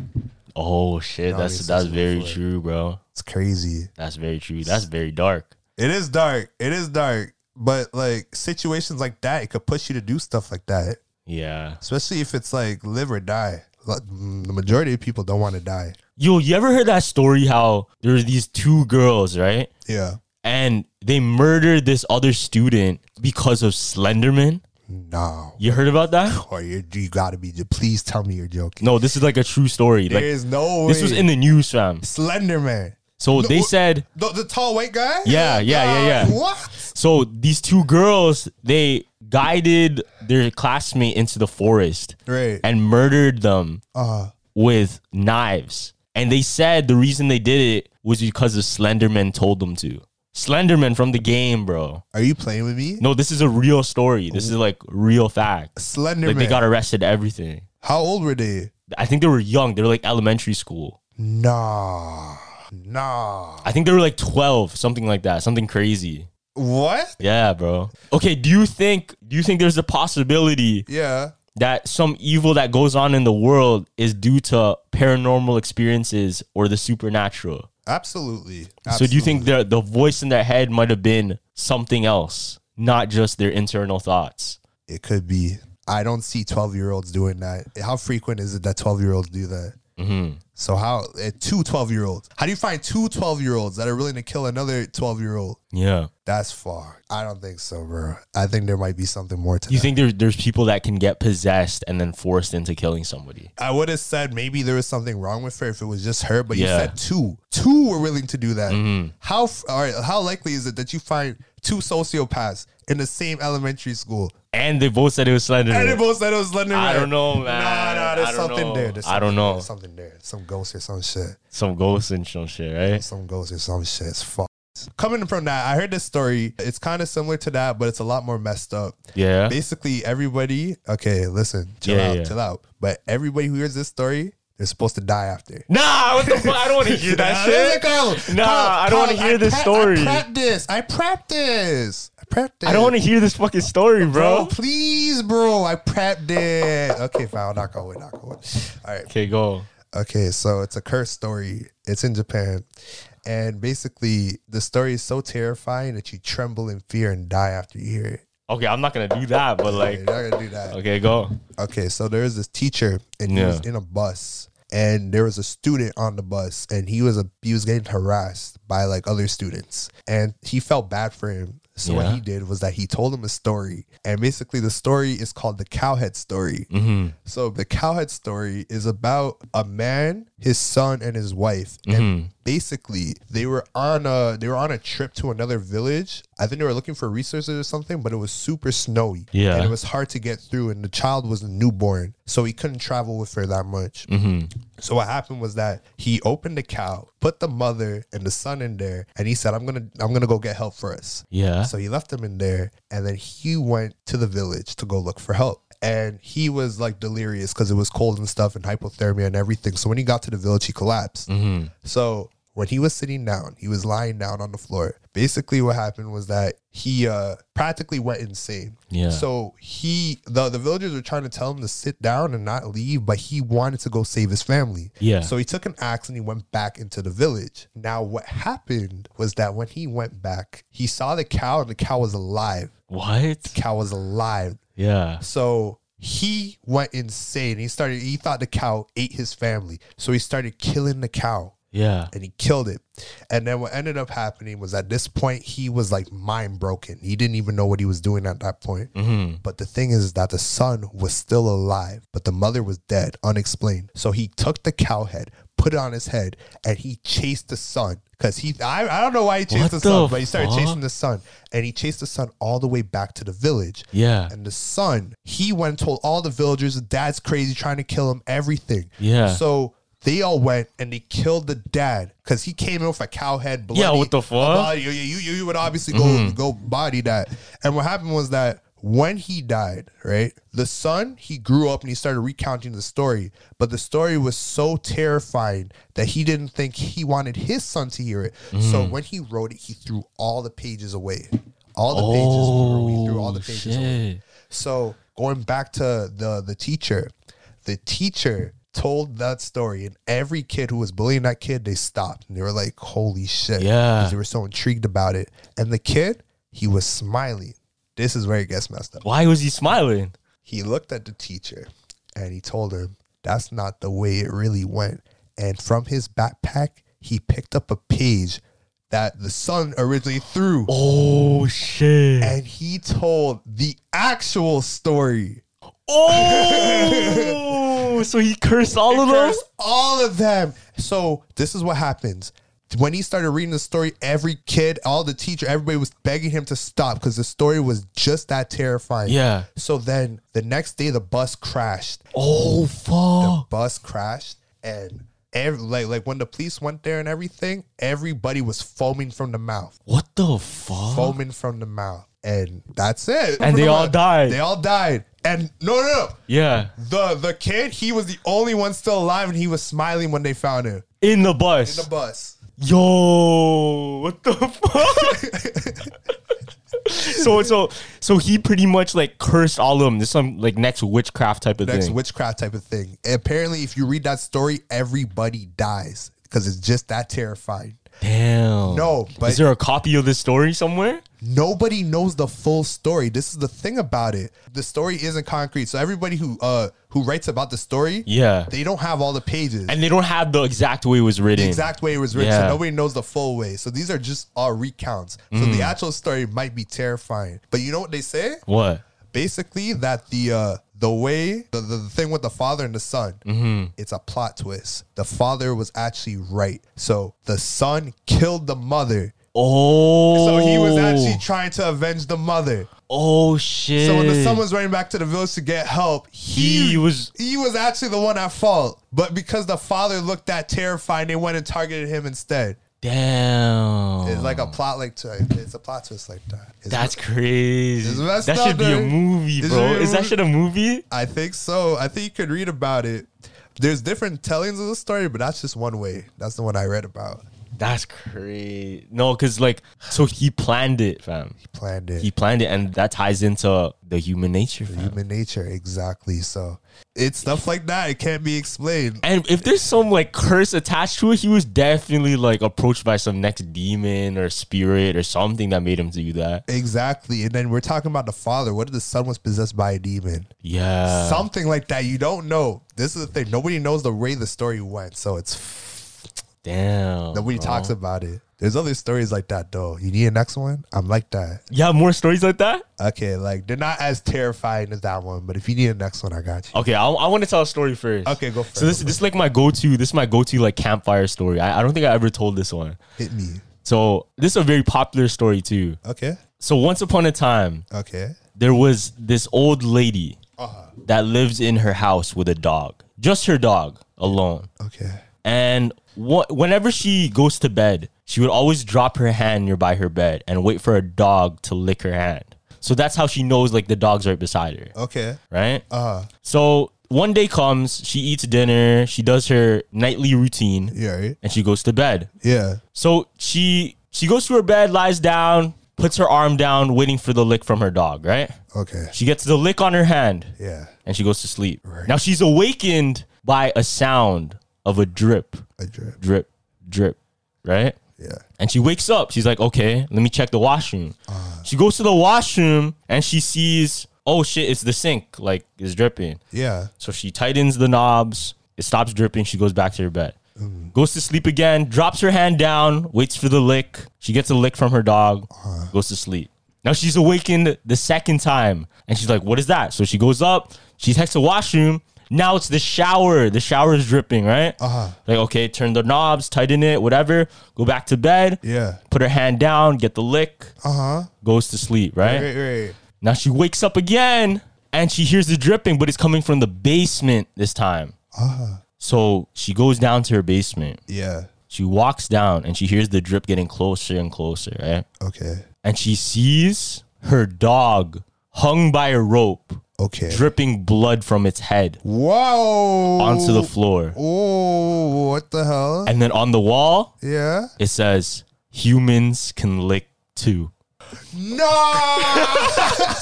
Speaker 3: Oh shit,
Speaker 4: No,
Speaker 3: that's
Speaker 4: it's
Speaker 3: that's
Speaker 4: just
Speaker 3: very
Speaker 4: flip.
Speaker 3: true, bro.
Speaker 4: It's crazy.
Speaker 3: That's very true. That's very dark.
Speaker 4: It is dark. It is dark. But like situations like that, it could push you to do stuff like that,
Speaker 3: Yeah.
Speaker 4: especially if it's like live or die. Like, mm, The majority of people don't want to die.
Speaker 3: Yo, you ever heard that story how there were these two girls, right?
Speaker 4: Yeah.
Speaker 3: And they murdered this other student because of Slenderman?
Speaker 4: No.
Speaker 3: You heard about that?
Speaker 4: Or you, you gotta be. Please tell me you're joking.
Speaker 3: No, this is like a true story.
Speaker 4: There
Speaker 3: Like
Speaker 4: is no way.
Speaker 3: this was in the news, fam.
Speaker 4: Slender Man.
Speaker 3: So they
Speaker 4: wh-
Speaker 3: said
Speaker 4: The, the tall white guy?
Speaker 3: Yeah, yeah, yeah, yeah.
Speaker 4: What?
Speaker 3: So these two girls, they guided their classmate into the forest
Speaker 4: Right.
Speaker 3: and murdered them
Speaker 4: Uh,
Speaker 3: with knives. And they said the reason they did it was because the Slenderman told them to. Slenderman from the game, bro.
Speaker 4: are you playing with me?
Speaker 3: No, this is a real story. This is like real fact.
Speaker 4: Slender
Speaker 3: Like
Speaker 4: Man.
Speaker 3: they got arrested, everything.
Speaker 4: How old were they?
Speaker 3: I think they were young. They were like elementary school.
Speaker 4: Nah. Nah.
Speaker 3: I think they were like 12, something like that, something crazy.
Speaker 4: What?
Speaker 3: Yeah, bro. Okay, do you think do you think there's a possibility
Speaker 4: Yeah.
Speaker 3: that some evil that goes on in the world is due to paranormal experiences or the supernatural.
Speaker 4: Absolutely.
Speaker 3: So do you think the the voice in their head might have been something else, not just their internal thoughts?
Speaker 4: Absolutely. it could be? I don't see 12 year olds doing that. How frequent is it that 12 year olds do that? So, how, eh, two 12 year olds? How do you find two 12 year olds that are willing to kill another 12 year old?
Speaker 3: Yeah.
Speaker 4: That's far. I don't think so, bro. I think there might be something more to
Speaker 3: Do you
Speaker 4: that.
Speaker 3: think there's there's people that can get possessed and then forced into killing somebody?
Speaker 4: I would have said maybe there was something wrong with her if it was just her, but you
Speaker 3: Yeah.
Speaker 4: said two. Two were willing to do that. How f- all right, how likely is it that you find two sociopaths in the same elementary school.
Speaker 3: And they both said it was Slender.
Speaker 4: And they
Speaker 3: Man.
Speaker 4: both said it was Slender Man.
Speaker 3: I don't know,
Speaker 4: Nah,
Speaker 3: man.
Speaker 4: nah, there's
Speaker 3: I don't
Speaker 4: something
Speaker 3: know.
Speaker 4: there. There's
Speaker 3: I don't
Speaker 4: something there.
Speaker 3: know.
Speaker 4: There's something there. Some ghost or some shit.
Speaker 3: Some ghosts and some shit, right?
Speaker 4: Some ghost or some shit. It's fucked. Coming from that, I heard this story. It's kind of similar to that, but it's a lot more messed up.
Speaker 3: Yeah.
Speaker 4: Basically, everybody. Okay, listen, chill
Speaker 3: Yeah,
Speaker 4: out,
Speaker 3: yeah.
Speaker 4: chill out. But everybody who hears this story, they're supposed to die after. oh,
Speaker 3: Nah, what the fuck? I don't want to hear that shit. Nah, I don't want to hear this
Speaker 4: I
Speaker 3: story.
Speaker 4: prepped this. I prepped this. I prepped this.
Speaker 3: I don't want to hear this fucking story, bro.
Speaker 4: Please, bro. I prepped it. Okay, fine. I'll knock on wood. Knock on wood. All right.
Speaker 3: Okay, go.
Speaker 4: Okay, so it's a curse story. It's in Japan. And basically, the story is so terrifying that you tremble in fear and die after you hear it.
Speaker 3: Okay, I'm not gonna do that, but
Speaker 4: You're
Speaker 3: like,
Speaker 4: not going to do that.
Speaker 3: okay, go.
Speaker 4: Okay, so there was this teacher, and he
Speaker 3: Yeah.
Speaker 4: was in a bus, and there was a student on the bus, and he was a he was getting harassed by like other students, and he felt bad for him. So what
Speaker 3: Yeah.
Speaker 4: he did was that he told him a story, and basically the story is called the cowhead story.
Speaker 3: Mm-hmm.
Speaker 4: So the cowhead story is about a man, his son, and his wife, and basically they were on a they were on a trip to another village. I think they were looking for resources or something, but it was super snowy,
Speaker 3: Yeah.
Speaker 4: and it was hard to get through. And the child was a newborn, so he couldn't travel with her that much. So what happened was that he opened the cow, put the mother and the son in there, and he said, "I'm gonna I'm gonna go get help for us."
Speaker 3: Yeah.
Speaker 4: So he left them in there, and then he went to the village to go look for help. And he was like delirious because it was cold and stuff, and hypothermia and everything. So when he got to the village, he collapsed.
Speaker 3: Mm-hmm.
Speaker 4: So when he was sitting down, he was lying down on the floor. Basically, what happened was that he uh, practically went insane.
Speaker 3: Yeah.
Speaker 4: So he the the villagers were trying to tell him to sit down and not leave, but he wanted to go save his family.
Speaker 3: Yeah.
Speaker 4: So he took an axe and he went back into the village. Now what happened was that when he went back, he saw the cow and the cow was alive.
Speaker 3: What?
Speaker 4: Cow was alive.
Speaker 3: Yeah.
Speaker 4: So he went insane. He started he thought the cow ate his family. So he started killing the cow
Speaker 3: Yeah.
Speaker 4: and he killed it. And then what ended up happening was at this point he was like mind broken. He didn't even know what he was doing at that point.
Speaker 3: Mm-hmm.
Speaker 4: But the thing is that the son was still alive, but the mother was dead, unexplained. So he took the cow head, put it on his head, and he chased the son. Cause he, I, I don't know why he chased
Speaker 3: What
Speaker 4: the son,
Speaker 3: the
Speaker 4: but he started
Speaker 3: fuck?
Speaker 4: chasing the son, and he chased the son all the way back to the village.
Speaker 3: Yeah.
Speaker 4: And the son, he went and told all the villagers, dad's crazy, trying to kill him, everything.
Speaker 3: Yeah.
Speaker 4: So they all went and they killed the dad because he came in with a cow head. Bloody,
Speaker 3: Yeah, what the
Speaker 4: a
Speaker 3: fuck? Mm-hmm.
Speaker 4: Body. You, you, you would obviously go, go body that. And what happened was that when he died, right, the son, he grew up and he started recounting the story. But the story was so terrifying that he didn't think he wanted his son to hear it. So
Speaker 3: Mm-hmm.
Speaker 4: when he wrote it, he threw all the pages away. All the pages, he threw
Speaker 3: Oh,
Speaker 4: all the pages away.
Speaker 3: Shit.
Speaker 4: So going back to the the teacher, the teacher told that story, and every kid who was bullying that kid, they stopped and they were like, "Holy shit!"
Speaker 3: Yeah.
Speaker 4: 'Cause they were so intrigued about it. And the kid, he was smiling. This is where it gets messed up.
Speaker 3: Why was he smiling?
Speaker 4: He looked at the teacher, and he told him, "That's not the way it really went." And from his backpack, he picked up a page that the son originally threw,
Speaker 3: Oh shit.
Speaker 4: and he told the actual story.
Speaker 3: Oh. so he cursed all of them.
Speaker 4: Curse all of them. So this is what happens. When he started reading the story, every kid, all the teacher, everybody was begging him to stop because the story was just that terrifying.
Speaker 3: Yeah.
Speaker 4: So then the next day the bus crashed.
Speaker 3: Oh fuck.
Speaker 4: Bus crashed and every, like like when the police went there and everything, everybody was foaming from the mouth.
Speaker 3: What the fuck?
Speaker 4: Foaming from the mouth. And that's it.
Speaker 3: And they all died.
Speaker 4: They all died. And no, no, no.
Speaker 3: Yeah.
Speaker 4: The the kid, he was the only one still alive and he was smiling when they found him.
Speaker 3: In the bus.
Speaker 4: In the bus.
Speaker 3: Yo, what the fuck? so so so he pretty much like cursed all of them. This some like next witchcraft type of
Speaker 4: Next
Speaker 3: thing.
Speaker 4: witchcraft type of thing. Apparently, if you read that story, everybody dies because it's just that terrifying.
Speaker 3: Damn.
Speaker 4: No, but-
Speaker 3: is there a copy of this story somewhere?
Speaker 4: Nobody knows the full story. This is the thing about it. The story isn't concrete. So everybody who uh who writes about the story,
Speaker 3: Yeah.
Speaker 4: they don't have all the pages.
Speaker 3: and they don't have the exact way it was written.
Speaker 4: the exact way it was written. So
Speaker 3: Yeah.
Speaker 4: nobody knows the full way. So these are just all recounts. So the
Speaker 3: Mm.
Speaker 4: actual story might be terrifying. But you know what they say?
Speaker 3: What?
Speaker 4: Basically, that the uh, the way the, the, the thing with the father and the son,
Speaker 3: Mm-hmm.
Speaker 4: it's a plot twist. The father was actually right. So the son killed the mother
Speaker 3: Oh.
Speaker 4: So he was actually trying to avenge the mother.
Speaker 3: Oh shit.
Speaker 4: So when the son was running back to the village to get help, he,
Speaker 3: He was-
Speaker 4: he was actually the one at fault. But because the father looked that terrifying, they went and targeted him instead.
Speaker 3: Damn.
Speaker 4: It's like a plot like to, it's a plot twist like that. It's-
Speaker 3: Oh. That's crazy.
Speaker 4: It's messed
Speaker 3: That
Speaker 4: up,
Speaker 3: should be a
Speaker 4: dude.
Speaker 3: movie, bro.
Speaker 4: It should be a
Speaker 3: Is that
Speaker 4: movie.
Speaker 3: shit a movie?
Speaker 4: I think so. I think you could read about it. There's different tellings of the story, but that's just one way. That's the one I read about.
Speaker 3: That's crazy. No, because like, so he planned it, fam.
Speaker 4: Planned it.
Speaker 3: He planned it, and that ties into the human nature, fam.
Speaker 4: Human nature, exactly. So it's stuff like that. It can't be explained.
Speaker 3: And if there's some like curse attached to it, he was definitely like approached by some next demon or spirit or something that made him do that.
Speaker 4: Exactly. And then we're talking about the father. What if the son was possessed by a demon?
Speaker 3: Yeah.
Speaker 4: Something like that. You don't know. This is the thing. Nobody knows the way the story went. So it's
Speaker 3: Damn.
Speaker 4: nobody
Speaker 3: bro.
Speaker 4: talks about it. There's other stories like that though. You need a next one? I'm like that.
Speaker 3: You have more stories like that?
Speaker 4: Okay, like they're not as terrifying as that one, but if you need a next one, I got you.
Speaker 3: Okay, I, I want to tell a story first.
Speaker 4: Okay, go
Speaker 3: So this
Speaker 4: first.
Speaker 3: this is like my go to. This is my go to like campfire story. I, I don't think I ever told this one.
Speaker 4: Hit me.
Speaker 3: So this is a very popular story too.
Speaker 4: Okay.
Speaker 3: So once upon a time,
Speaker 4: Okay.
Speaker 3: there was this old lady
Speaker 4: Uh-huh.
Speaker 3: that lives in her house with a dog, just her dog alone.
Speaker 4: Okay.
Speaker 3: And wh- whenever she goes to bed, she would always drop her hand nearby her bed and wait for a dog to lick her hand. So that's how she knows like the dog's right beside her,
Speaker 4: Okay. Ah.
Speaker 3: right? Uh-huh. So one day comes, she eats dinner, she does her nightly routine,
Speaker 4: Yeah. Right?
Speaker 3: and she goes to bed.
Speaker 4: Yeah.
Speaker 3: So she she goes to her bed, lies down, puts her arm down, waiting for the lick from her dog, right?
Speaker 4: Okay.
Speaker 3: She gets the lick on her hand
Speaker 4: Yeah.
Speaker 3: and she goes to sleep. Now she's awakened by a sound of a drip,
Speaker 4: I drip.
Speaker 3: drip, drip, right?
Speaker 4: Yeah.
Speaker 3: And she wakes up. She's like, okay, let me check the washroom.
Speaker 4: Uh-huh.
Speaker 3: She goes to the washroom and she sees, oh shit, it's the sink. Like, it's dripping.
Speaker 4: Yeah.
Speaker 3: So she tightens the knobs. It stops dripping. She goes back to her bed. Goes to sleep again, drops her hand down, waits for the lick. She gets a lick from her dog, goes to sleep. Now she's awakened the second time and she's like, What is that? So she goes up, she takes the washroom. Now it's the shower. The shower is dripping, right? Uh-huh. Like, okay, turn the knobs, tighten it, whatever. Go back to bed.
Speaker 4: Yeah.
Speaker 3: Put her hand down, get the lick. Uh huh. Goes to sleep, right?
Speaker 4: Right, right.
Speaker 3: Now she wakes up again and she hears the dripping, but it's coming from the basement this time.
Speaker 4: Ah.
Speaker 3: So she goes down to her basement.
Speaker 4: Yeah.
Speaker 3: She walks down and she hears the drip getting closer and closer, right?
Speaker 4: Okay.
Speaker 3: And she sees her dog hung by a rope,
Speaker 4: Okay.
Speaker 3: dripping blood from its head
Speaker 4: Whoa.
Speaker 3: onto the floor.
Speaker 4: Oh, what the hell?
Speaker 3: And then on the wall,
Speaker 4: yeah.
Speaker 3: it says, Humans can lick too.
Speaker 4: No.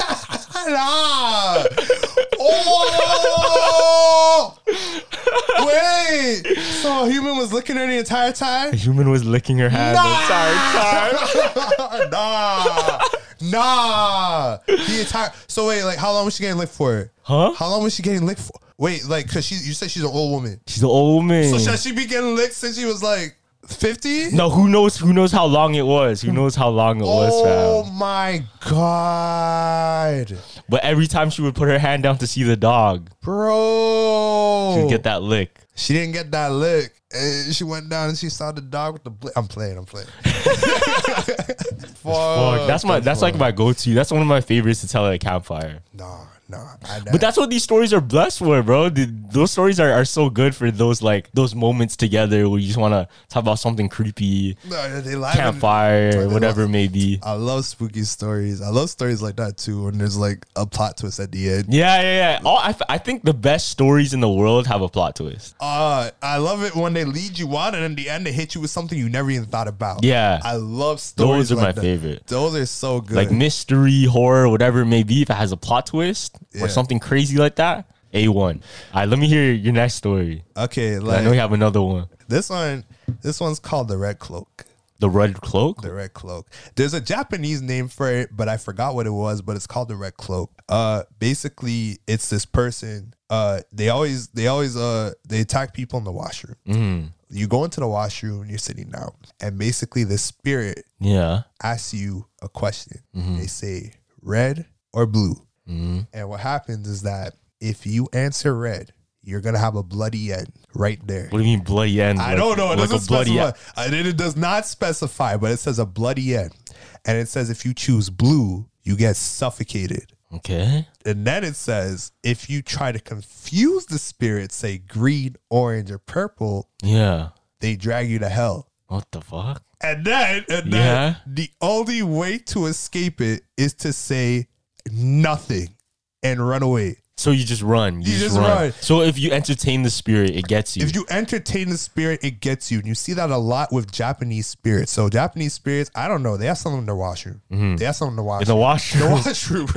Speaker 4: nah. Oh. Wait. So a human was looking at her the entire time?
Speaker 3: A human was licking her hand.
Speaker 4: nah. Nah. The entire. So wait, like, how long was she getting licked for?
Speaker 3: Huh?
Speaker 4: How long was she getting licked for? Wait, like, cause she, you said she's an old woman.
Speaker 3: She's an old man.
Speaker 4: So should she be getting licked since she was like fifty?
Speaker 3: Hmm. No, who knows? Who knows how long it was? Who knows how long it
Speaker 4: Oh
Speaker 3: was,
Speaker 4: my god,
Speaker 3: fam? But every time she would put her hand down to see the dog,
Speaker 4: bro!
Speaker 3: she'd get that lick.
Speaker 4: She didn't get that lick. Eh, She went down and she saw the dog with the. Bl- I'm playing. I'm playing.
Speaker 3: Fuck,
Speaker 4: Fuck.
Speaker 3: that's my. That's like my go-to. That's one of my favorites to tell at a campfire.
Speaker 4: Nah, nah. I,
Speaker 3: But that's what these stories are blessed for, bro. The- those stories are, are so good for those like those moments together where you just want to talk about something creepy,
Speaker 4: nah, they live in-
Speaker 3: campfire, whatever it may be.
Speaker 4: I love spooky stories. I love stories like that too. When there's like a plot twist at the end.
Speaker 3: Yeah, yeah, yeah. All, I, f- I think the best stories in the world have a plot twist.
Speaker 4: Uh, I love it when they lead you on and in the end they hit you with something you never even thought about.
Speaker 3: Yeah.
Speaker 4: I love stories.
Speaker 3: Those are my
Speaker 4: like that.
Speaker 3: favorite.
Speaker 4: Those are so good.
Speaker 3: like mystery, horror, whatever it may be, if it has a plot twist
Speaker 4: Yeah.
Speaker 3: or something crazy like that, A1. All right, let me hear your next story.
Speaker 4: okay,
Speaker 3: I know you
Speaker 4: like
Speaker 3: have another one.
Speaker 4: this one. This one's called the Red Cloak.
Speaker 3: The Red Cloak?
Speaker 4: The Red Cloak. There's a Japanese name for it, but I forgot what it was. But it's called the Red Cloak. Uh, basically, it's this person. Uh, they always they always uh they attack people in the washroom.
Speaker 3: Hmm,
Speaker 4: You go into the washroom and you're sitting down, and basically the spirit
Speaker 3: yeah.
Speaker 4: asks you a question.
Speaker 3: Mm-hmm.
Speaker 4: They say red or blue. And what happens is that if you answer red, you're gonna have a bloody end right there.
Speaker 3: What do you mean bloody end?
Speaker 4: I
Speaker 3: Like-
Speaker 4: don't know. It
Speaker 3: like a
Speaker 4: doesn't
Speaker 3: bloody
Speaker 4: specify.
Speaker 3: end.
Speaker 4: I did- it does not specify, but it says a bloody end, and it says if you choose blue, you get suffocated.
Speaker 3: e-, Okay.
Speaker 4: And then it says if you try to confuse the spirit, say green, orange, or purple,
Speaker 3: Yeah.
Speaker 4: they drag you to hell.
Speaker 3: What the fuck?
Speaker 4: And then, and then
Speaker 3: Yeah.
Speaker 4: the only way to escape it is to say nothing and run away.
Speaker 3: So you just run. You, just, run. So if you entertain the spirit, it gets you.
Speaker 4: If you entertain the spirit, it gets you. And you see that a lot with Japanese spirits. So Japanese spirits, I don't know, they have something in their washroom. They have something in the
Speaker 3: in
Speaker 4: washroom.
Speaker 3: the
Speaker 4: the
Speaker 3: washroom.
Speaker 4: washroom.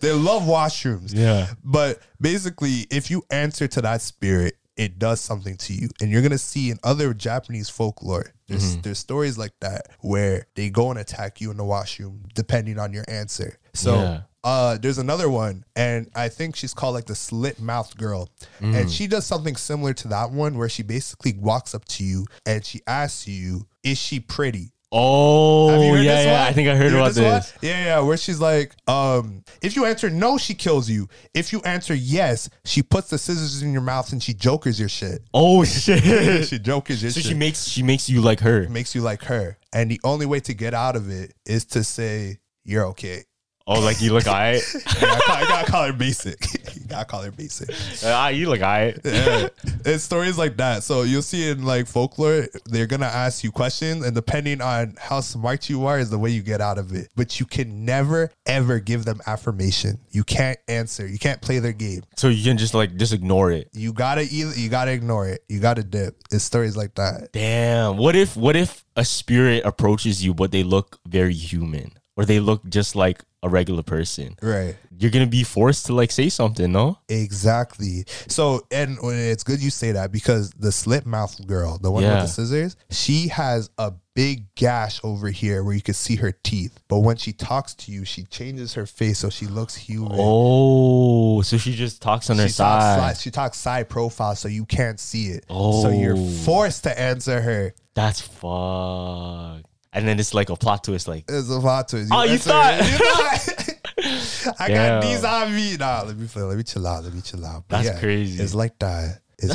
Speaker 4: they love washrooms.
Speaker 3: Yeah.
Speaker 4: But basically, if you answer to that spirit, it does something to you. And you're gonna see in other Japanese folklore, there's,
Speaker 3: Mm-hmm.
Speaker 4: there's stories like that where they go and attack you in the washroom depending on your answer. So
Speaker 3: Yeah.
Speaker 4: uh, there's another one, and I think she's called like the slit mouth girl.
Speaker 3: Mm.
Speaker 4: And she does something similar to that one where she basically walks up to you and she asks you, Is she pretty? Have you
Speaker 3: oh,
Speaker 4: heard
Speaker 3: yeah,
Speaker 4: this
Speaker 3: yeah.
Speaker 4: one?
Speaker 3: I think I heard
Speaker 4: You
Speaker 3: about
Speaker 4: one?
Speaker 3: this.
Speaker 4: Yeah, yeah, where she's like, um, if you answer no, she kills you. If you answer yes, she puts the scissors in your mouth and she jokers your shit.
Speaker 3: Oh shit.
Speaker 4: She jokers your
Speaker 3: so
Speaker 4: shit.
Speaker 3: she makes she makes you like her.
Speaker 4: makes you like her. And the only way to get out of it is to say, you're okay.
Speaker 3: Oh, like you look alright.
Speaker 4: You gotta call, you gotta call her basic. You gotta call her basic.
Speaker 3: Ah, you look alright.
Speaker 4: Yeah. it's stories like that. So you'll see in like folklore, they're gonna ask you questions, and depending on how smart you are, is the way you get out of it. But you can never ever give them affirmation. You can't answer. You can't play their game.
Speaker 3: So you can just like just ignore it.
Speaker 4: You gotta either you gotta ignore it. You gotta dip. It's stories like that.
Speaker 3: Damn. What if what if a spirit approaches you, but they look very human, or they look just like a regular person?
Speaker 4: Right.
Speaker 3: You're gonna be forced to like say something, no?
Speaker 4: Exactly. So, and when it's good you say that because the slit mouth girl, the one with
Speaker 3: Yeah.
Speaker 4: the scissors, she has a big gash over here where you can see her teeth. But when she talks to you, she changes her face so she looks human.
Speaker 3: Oh, so she just talks on her
Speaker 4: she
Speaker 3: side.
Speaker 4: Talks side. She talks side profile so you can't see it. So
Speaker 3: Oh.
Speaker 4: you're forced to answer her.
Speaker 3: That's fuck. And then it's like a plot twist, like
Speaker 4: It's a lot to it.
Speaker 3: Oh, you
Speaker 4: answer
Speaker 3: thought.
Speaker 4: her. You thought. I
Speaker 3: Damn.
Speaker 4: got these on me. Nah, let me let me chill out. Let me chill out. But
Speaker 3: That's crazy.
Speaker 4: It's like that. It's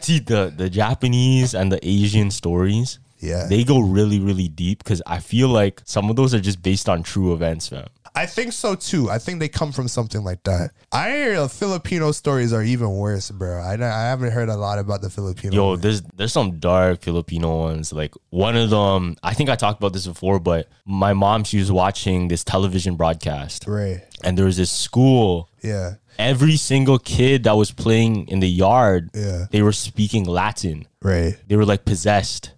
Speaker 3: see the the Japanese and the Asian stories.
Speaker 4: yeah.
Speaker 3: They go really, really deep because I feel like some of those are just based on true events, fam.
Speaker 4: I think so too. I think they come from something like that. I hear Filipino stories are even worse, bro. I, I haven't heard a lot about the Filipino.
Speaker 3: Yo,
Speaker 4: one.
Speaker 3: there's there's some dark Filipino ones. Like one of them, I think I talked about this before, but my mom she was watching this television broadcast,
Speaker 4: Right.
Speaker 3: and there was this school.
Speaker 4: Yeah.
Speaker 3: Every single kid that was playing in the yard,
Speaker 4: Yeah.
Speaker 3: they were speaking Latin.
Speaker 4: Right.
Speaker 3: They were like possessed.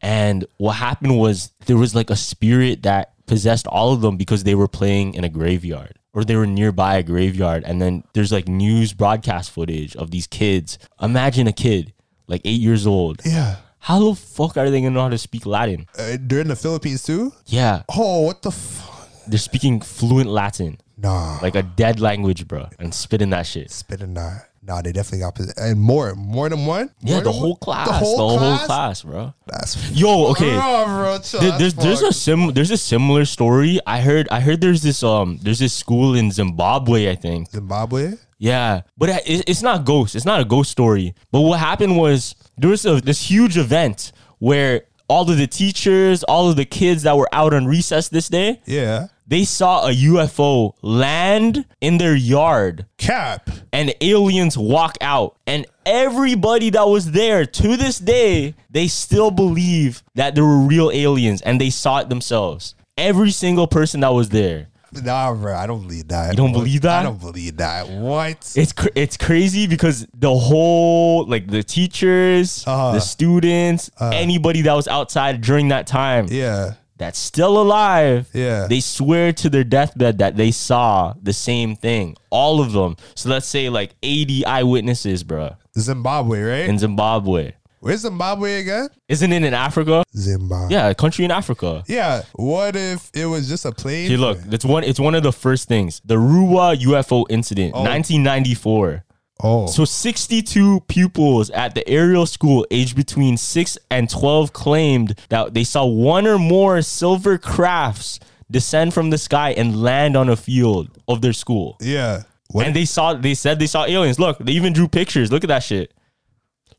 Speaker 3: And what happened was there was like a spirit that possessed all of them because they were playing in a graveyard or they were nearby a graveyard. And then there's like news broadcast footage of these kids. Imagine a kid like eight years old.
Speaker 4: Yeah.
Speaker 3: How the fuck are they gonna know how to speak Latin?
Speaker 4: Uh, they're in the Philippines too?
Speaker 3: Yeah,
Speaker 4: Oh, what the f-
Speaker 3: they're speaking fluent Latin,
Speaker 4: Nah.
Speaker 3: like a dead language, bro, and spitting that shit.
Speaker 4: Spitting nah. Nah, they definitely got possess- and more, more than one.
Speaker 3: Yeah,
Speaker 4: More
Speaker 3: the
Speaker 4: than
Speaker 3: whole
Speaker 4: one?
Speaker 3: class, the whole, class, bro.
Speaker 4: That's
Speaker 3: Yo, okay.
Speaker 4: Bro, bro, chill,
Speaker 3: There-
Speaker 4: that's
Speaker 3: there's there's a
Speaker 4: fucked.
Speaker 3: sim there's a similar story. I heard I heard there's this um there's this school in Zimbabwe I think.
Speaker 4: Zimbabwe.
Speaker 3: Yeah, but it, it- it's not ghosts. It's not a ghost story. But what happened was there was a, this huge event where all of the teachers, all of the kids that were out on recess this day,
Speaker 4: Yeah.
Speaker 3: they saw a UFO land in their yard
Speaker 4: Cap.
Speaker 3: and aliens walk out. And everybody that was there to this day, they still believe that there were real aliens and they saw it themselves. Every single person that was there.
Speaker 4: Nah, bro, I don't believe that.
Speaker 3: You don't believe that?
Speaker 4: I don't believe that. What?
Speaker 3: It's cr- it's crazy because the whole like the teachers,
Speaker 4: Uh-huh.
Speaker 3: the students, anybody that was outside during that time
Speaker 4: yeah.
Speaker 3: that's still alive,
Speaker 4: Yeah.
Speaker 3: they swear to their deathbed that they saw the same thing. All of them. So let's say like 80 eyewitnesses, bruh,
Speaker 4: Zimbabwe, right?
Speaker 3: in Zimbabwe.
Speaker 4: Where's Zimbabwe again?
Speaker 3: Isn't it in Africa?
Speaker 4: Zimbabwe.
Speaker 3: Yeah, a country in Africa.
Speaker 4: Yeah. What if it was just a plane?
Speaker 3: Okay, look, it's one. It's one of the first things. The Ruwa UFO incident, 1994.
Speaker 4: Oh.
Speaker 3: So 62 pupils at the aerial school aged between 6 and 12 claimed that they saw one or more silver crafts descend from the sky and land on a field of their school.
Speaker 4: yeah. What?
Speaker 3: And they saw. They said they saw aliens. Look, they even drew pictures. Look at that shit.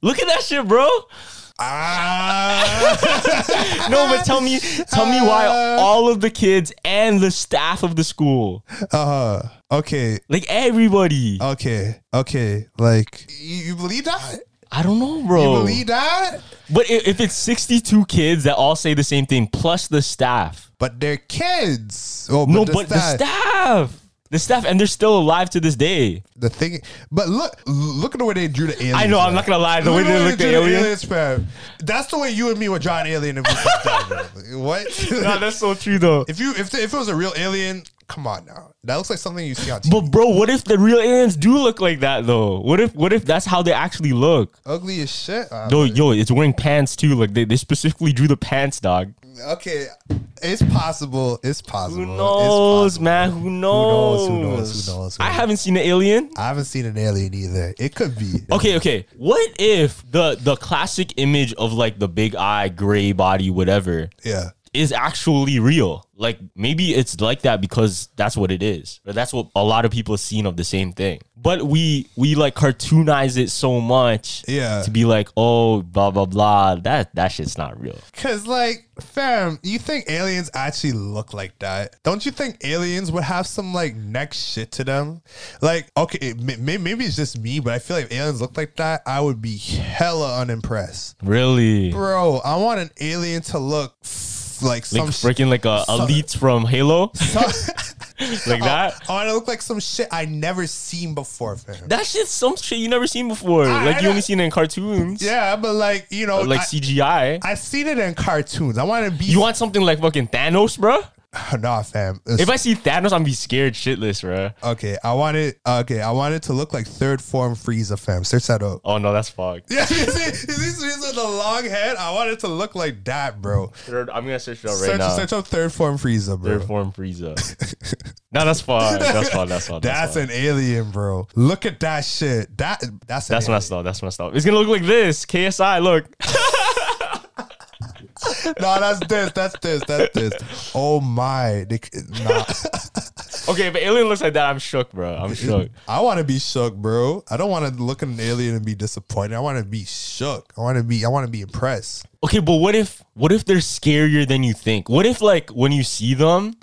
Speaker 3: Look at that shit, bro.
Speaker 4: Ah,
Speaker 3: No, but tell me, tell me why all of the kids and the staff of the school,
Speaker 4: uh, okay,
Speaker 3: like everybody,
Speaker 4: Uh, okay, okay. Like you, you believe that?
Speaker 3: I don't know, bro.
Speaker 4: You believe that?
Speaker 3: But i- if it's 62 kids that all say the same thing, plus the staff.
Speaker 4: But they're kids. Oh,
Speaker 3: no, but the staff. The staff, and they're still alive to this day.
Speaker 4: the thing. But look, look at the way they drew the aliens.
Speaker 3: I know, I'm not gonna lie, the way they looked at aliens.
Speaker 4: fam. That's the way you and me would draw an alien if we sat down, bro. What?
Speaker 3: that's so true, though.
Speaker 4: if you if, the, if it was a real alien, come on now, that looks like something you see on TV.
Speaker 3: But bro, what if the real aliens do look like that though? What if what if that's how they actually look?
Speaker 4: Ugly as shit. Uh,
Speaker 3: Yo, yo, it's wearing pants too. Like they, they specifically drew the pants, dog.
Speaker 4: okay, it's possible. It's possible.
Speaker 3: Who
Speaker 4: It's
Speaker 3: knows,
Speaker 4: possible.
Speaker 3: man? Who knows?
Speaker 4: knows, who knows, who knows, who
Speaker 3: I
Speaker 4: knows?
Speaker 3: haven't seen an alien.
Speaker 4: I haven't seen an alien either. It could be.
Speaker 3: Okay, okay. What if the the classic image of like the big eye, gray body, whatever,
Speaker 4: Yeah.
Speaker 3: is actually real? Like maybe it's like that because that's what it is. Or that's what a lot of people have seen of the same thing. But we we like cartoonize it so much
Speaker 4: Yeah.
Speaker 3: to be like, oh, blah blah blah. That that shit's not real.
Speaker 4: Cause like, fam, you think aliens actually look like that? Don't you think aliens would have some like neck shit to them? Like, okay, it, may, may- maybe it's just me, but I feel like if aliens look like that, I would be hella unimpressed,
Speaker 3: Hmm. Really?
Speaker 4: bro. I want an alien to look f- like
Speaker 3: Like
Speaker 4: some shit.
Speaker 3: freaking like a elite from Halo, like that.
Speaker 4: I want to look like some shit I never seen before, fam.
Speaker 3: That shit's some shit you never seen before.
Speaker 4: I-
Speaker 3: like you
Speaker 4: I-
Speaker 3: only seen it in cartoons.
Speaker 4: yeah, but like you know,
Speaker 3: Or, Uh, Like
Speaker 4: I,
Speaker 3: CGI.
Speaker 4: I seen it in cartoons. I want to be
Speaker 3: You want something like fucking Thanos, bro?
Speaker 4: nah, fam.
Speaker 3: If I see Thanos, I'm be scared shitless, bro.
Speaker 4: Okay, I want it. Okay, I want it to look like third form Frieza, fam. Search that up.
Speaker 3: Oh no, that's fucked.
Speaker 4: Yeah, is this is this with the long head? I want it to look like that, bro.
Speaker 3: Third, I'm gonna search it up right
Speaker 4: Search,
Speaker 3: now.
Speaker 4: search up third form Frieza, bro.
Speaker 3: Third form Frieza. no, that's fucked. That's fucked. That's fucked.
Speaker 4: that's
Speaker 3: oh, That's fucked.
Speaker 4: an alien, bro. Look at that shit. That that's an
Speaker 3: That's
Speaker 4: alien.
Speaker 3: messed up. That's messed up. It's gonna look like this. KSI, look.
Speaker 4: No, that's this. That's this. That's this. Oh my! They, c- nah.
Speaker 3: Okay, if an alien looks like that, I'm shook, bro. I'm shook.
Speaker 4: I want to be shook, bro. I don't want to look at an alien and be disappointed. I want to be shook. I want to be. I want to be impressed.
Speaker 3: Okay, but what if what if they're scarier than you think? What if like when you see them,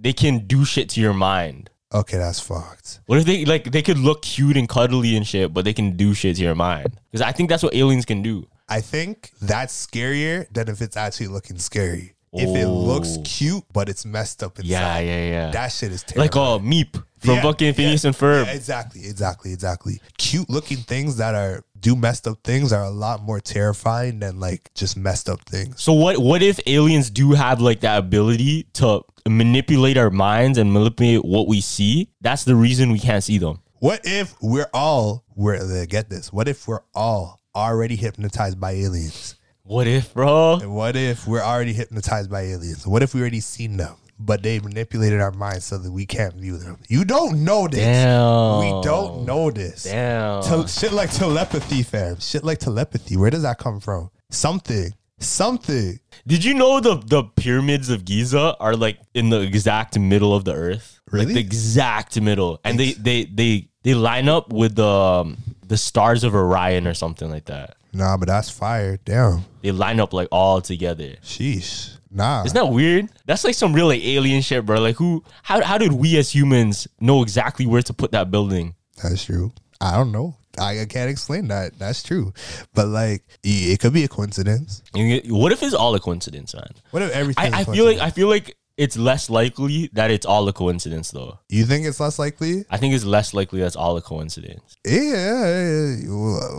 Speaker 3: they can do shit to your mind?
Speaker 4: Okay, that's fucked.
Speaker 3: What if they like they could look cute and cuddly and shit, but they can do shit to your mind? Because I think that's what aliens can do.
Speaker 4: I think that's scarier than if it's actually looking scary. If it looks
Speaker 3: Oh.
Speaker 4: cute, but it's messed up inside.
Speaker 3: Yeah, yeah, yeah.
Speaker 4: That shit is terrible.
Speaker 3: like a meep from
Speaker 4: Yeah,
Speaker 3: fucking Phineas and Ferb.
Speaker 4: Yeah, exactly, exactly, exactly. Cute looking things that are do messed up things are a lot more terrifying than like just messed up things.
Speaker 3: So what what if aliens do have like that ability to manipulate our minds and manipulate what we see? That's the reason we can't see them.
Speaker 4: What if we're all we're uh, get this? What if we're all already hypnotized by aliens?
Speaker 3: What if, bro?
Speaker 4: And what if we're already hypnotized by aliens? What if we already seen them? But they manipulated our minds so that we can't view them. You don't know this.
Speaker 3: Damn.
Speaker 4: We don't know this.
Speaker 3: Damn.
Speaker 4: Tel- shit like telepathy, fam. Shit like telepathy. Where does that come from? Something. Something.
Speaker 3: Did you know the the pyramids of Giza are like in the exact middle of the earth? Like
Speaker 4: Really?
Speaker 3: the exact middle. And they they they they line up with the um, the stars of Orion or something like that.
Speaker 4: Nah, but that's fire. Damn.
Speaker 3: They line up like all together.
Speaker 4: Sheesh. Nah.
Speaker 3: Isn't that weird? That's like some real like alien shit, bro. Like who how how did we as humans know exactly where to put that building?
Speaker 4: that's true. I don't know. I, I can't explain that. That's true. But like, y- it could be a coincidence.
Speaker 3: You get- What if it's all a coincidence, man?
Speaker 4: What if everything?
Speaker 3: I, I feel like I feel like it's less likely that it's all a coincidence though.
Speaker 4: you think it's less likely.
Speaker 3: I think it's less likely that's all a coincidence.
Speaker 4: Yeah.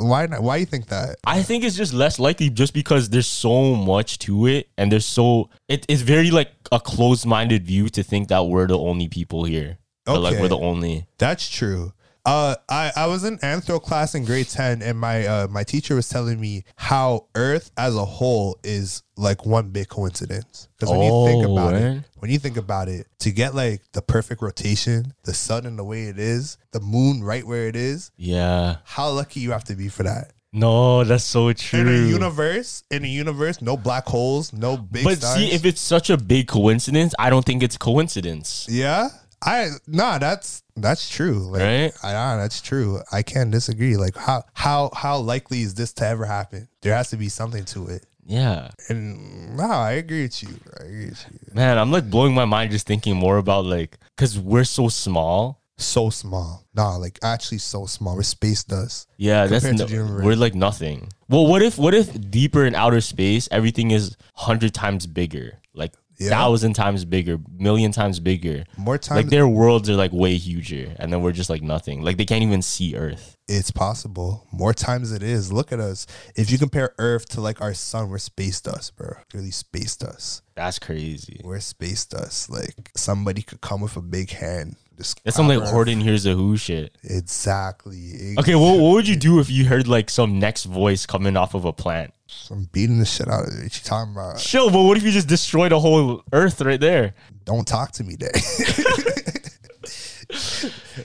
Speaker 4: Why not? Why you think that?
Speaker 3: I think it's just less likely just because there's so much to it and there's so it, it's very like a closed minded view to think that we're the only people here. Or like
Speaker 4: Okay.
Speaker 3: we're the only.
Speaker 4: That's true. Uh, I, I was in anthro class in grade 10 and my uh, my teacher was telling me how earth as a whole is like one big coincidence because when you think
Speaker 3: Oh,
Speaker 4: about
Speaker 3: word.
Speaker 4: it when you think about it to get like the perfect rotation the sun in the way it is the moon right where it is
Speaker 3: Yeah.
Speaker 4: how lucky you have to be for that
Speaker 3: No, that's so true.
Speaker 4: in a universe in a universe no black holes no big
Speaker 3: but
Speaker 4: stars
Speaker 3: see, if it's such a big coincidence, I don't think it's coincidence.
Speaker 4: yeah I nah, that's that's true. Like,
Speaker 3: Right?
Speaker 4: I, ah, that's true. I can't disagree. Like how how how likely is this to ever happen? There has to be something to it.
Speaker 3: Yeah.
Speaker 4: And no, I agree with you. I agree with you.
Speaker 3: Man, I'm like blowing my mind just thinking more about like, because we're so small.
Speaker 4: So small. Nah, like actually so small. We're space dust.
Speaker 3: Yeah, that's
Speaker 4: Compared to
Speaker 3: no,
Speaker 4: the universe.
Speaker 3: we're like nothing. Well, what if what if deeper in outer space everything is hundred times bigger, like
Speaker 4: Yeah.
Speaker 3: thousand times bigger, million times bigger?
Speaker 4: More time
Speaker 3: Like their worlds are like way huger, and then we're just like nothing. Like they can't even see Earth.
Speaker 4: it's possible. More times it is. Look at us. If you compare Earth to like our sun, we're space dust, bro. Really space dust.
Speaker 3: That's crazy.
Speaker 4: We're space dust. Like somebody could come with a big hand. Just
Speaker 3: That's some like
Speaker 4: grab Earth.
Speaker 3: Horton hears a who shit.
Speaker 4: Exactly.
Speaker 3: Okay, well, what would you do if you heard like some next voice coming off of a plant?
Speaker 4: I'm beating the shit out of it. What you talking about?
Speaker 3: Chill, but what if you just destroyed a whole Earth right there?
Speaker 4: Don't talk to me then.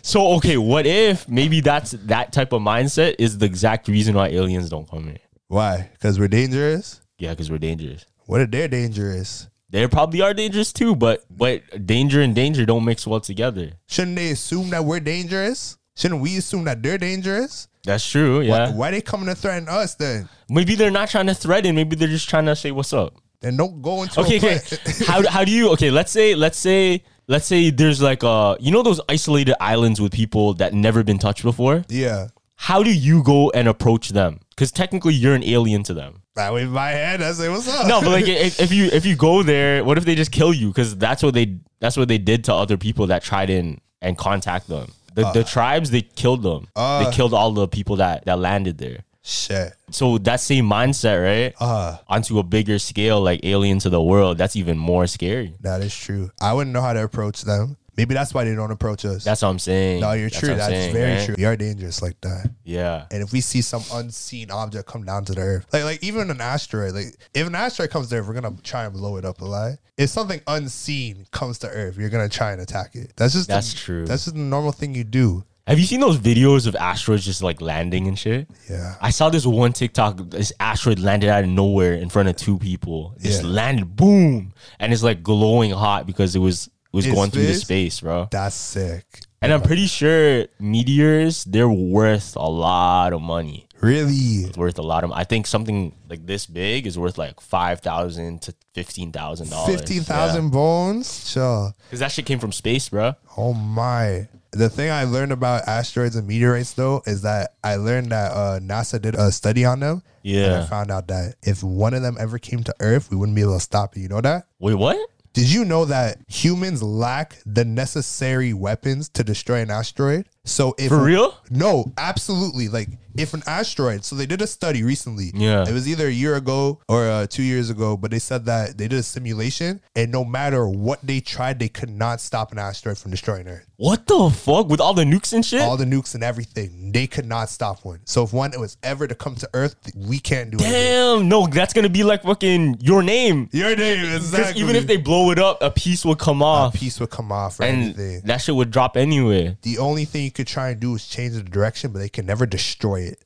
Speaker 3: So okay, what if maybe that's that type of mindset is the exact reason why aliens don't come here?
Speaker 4: Why? Because we're dangerous?
Speaker 3: Yeah, because we're dangerous.
Speaker 4: What if they're dangerous?
Speaker 3: They probably are dangerous too, but but danger and danger don't mix well together.
Speaker 4: Shouldn't they assume that we're dangerous? Shouldn't we assume that they're dangerous?
Speaker 3: That's true.
Speaker 4: Why,
Speaker 3: Yeah.
Speaker 4: why they coming to threaten us then?
Speaker 3: Maybe they're not trying to threaten. Maybe they're just trying to say what's up.
Speaker 4: Then don't go into
Speaker 3: Okay.
Speaker 4: a
Speaker 3: Okay.
Speaker 4: plant.
Speaker 3: how how do you? Okay. Let's say let's say let's say there's like uh you know those isolated islands with people that never been touched before.
Speaker 4: yeah.
Speaker 3: How do you go and approach them? Because technically you're an alien to them.
Speaker 4: I wave my head. I say, what's up?
Speaker 3: No, but like if, if you if you go there, what if they just kill you? Because that's what they that's what they did to other people that tried in and contact them. The, the tribes they killed them.
Speaker 4: Uh.
Speaker 3: they killed all the people that that landed there.
Speaker 4: Shit.
Speaker 3: So that same mindset, right?
Speaker 4: Uh,
Speaker 3: Onto a bigger scale, like alien to the world, that's even more scary.
Speaker 4: that is true. I wouldn't know how to approach them. Maybe that's why they don't approach us.
Speaker 3: That's what I'm saying.
Speaker 4: no, you're
Speaker 3: That's
Speaker 4: true.
Speaker 3: what I'm
Speaker 4: That's
Speaker 3: saying,
Speaker 4: very
Speaker 3: right?
Speaker 4: true. We are dangerous like that.
Speaker 3: Yeah.
Speaker 4: and if we see some unseen object come down to the earth, like like even an asteroid, like if an asteroid comes to earth, we're gonna try and blow it up alive. If something unseen comes to earth, you're gonna try and attack it. That's just the-
Speaker 3: That's true.
Speaker 4: That's just the normal thing you do.
Speaker 3: Have you seen those videos of asteroids just like landing and shit?
Speaker 4: Yeah.
Speaker 3: I saw this one TikTok. This asteroid landed out of nowhere in front of two people. Just
Speaker 4: Yeah.
Speaker 3: landed, boom, and it's like glowing hot because it was it was
Speaker 4: It's
Speaker 3: going through the
Speaker 4: this?
Speaker 3: space, bro.
Speaker 4: That's sick.
Speaker 3: And I'm pretty sure meteors they're worth a lot of money.
Speaker 4: Really?
Speaker 3: It's worth a lot of. I think something like this big is worth like five thousand to fifteen thousand dollars.
Speaker 4: Fifteen thousand bones? Sure.
Speaker 3: Because that shit came from space, bro.
Speaker 4: Oh my. The thing I learned about asteroids and meteorites though is that I learned that uh, NASA did a study on them. And I
Speaker 3: Yeah.
Speaker 4: found out that if one of them ever came to Earth, we wouldn't be able to stop it. You know that?
Speaker 3: Wait, what?
Speaker 4: Did you know that humans lack the necessary weapons to destroy an asteroid? So if
Speaker 3: For real?
Speaker 4: No, absolutely. Like if an asteroid, so they did a study recently.
Speaker 3: Yeah.
Speaker 4: It was either a year ago or uh, 2 years ago, but they said that they did a simulation and no matter what they tried, they could not stop an asteroid from destroying Earth.
Speaker 3: What the fuck? With all the nukes and shit?
Speaker 4: All the nukes and everything, they could not stop one. So if one was ever to come to Earth, we can't do anything.
Speaker 3: Damn, no, that's gonna be like fucking your name.
Speaker 4: Your name,
Speaker 3: Because
Speaker 4: exactly.
Speaker 3: even if they blow it up, a piece will come
Speaker 4: a
Speaker 3: off,
Speaker 4: piece would come off or
Speaker 3: and
Speaker 4: anything.
Speaker 3: that shit would drop anyway.
Speaker 4: the only thing you could try and do is change the direction, but they can never destroy it.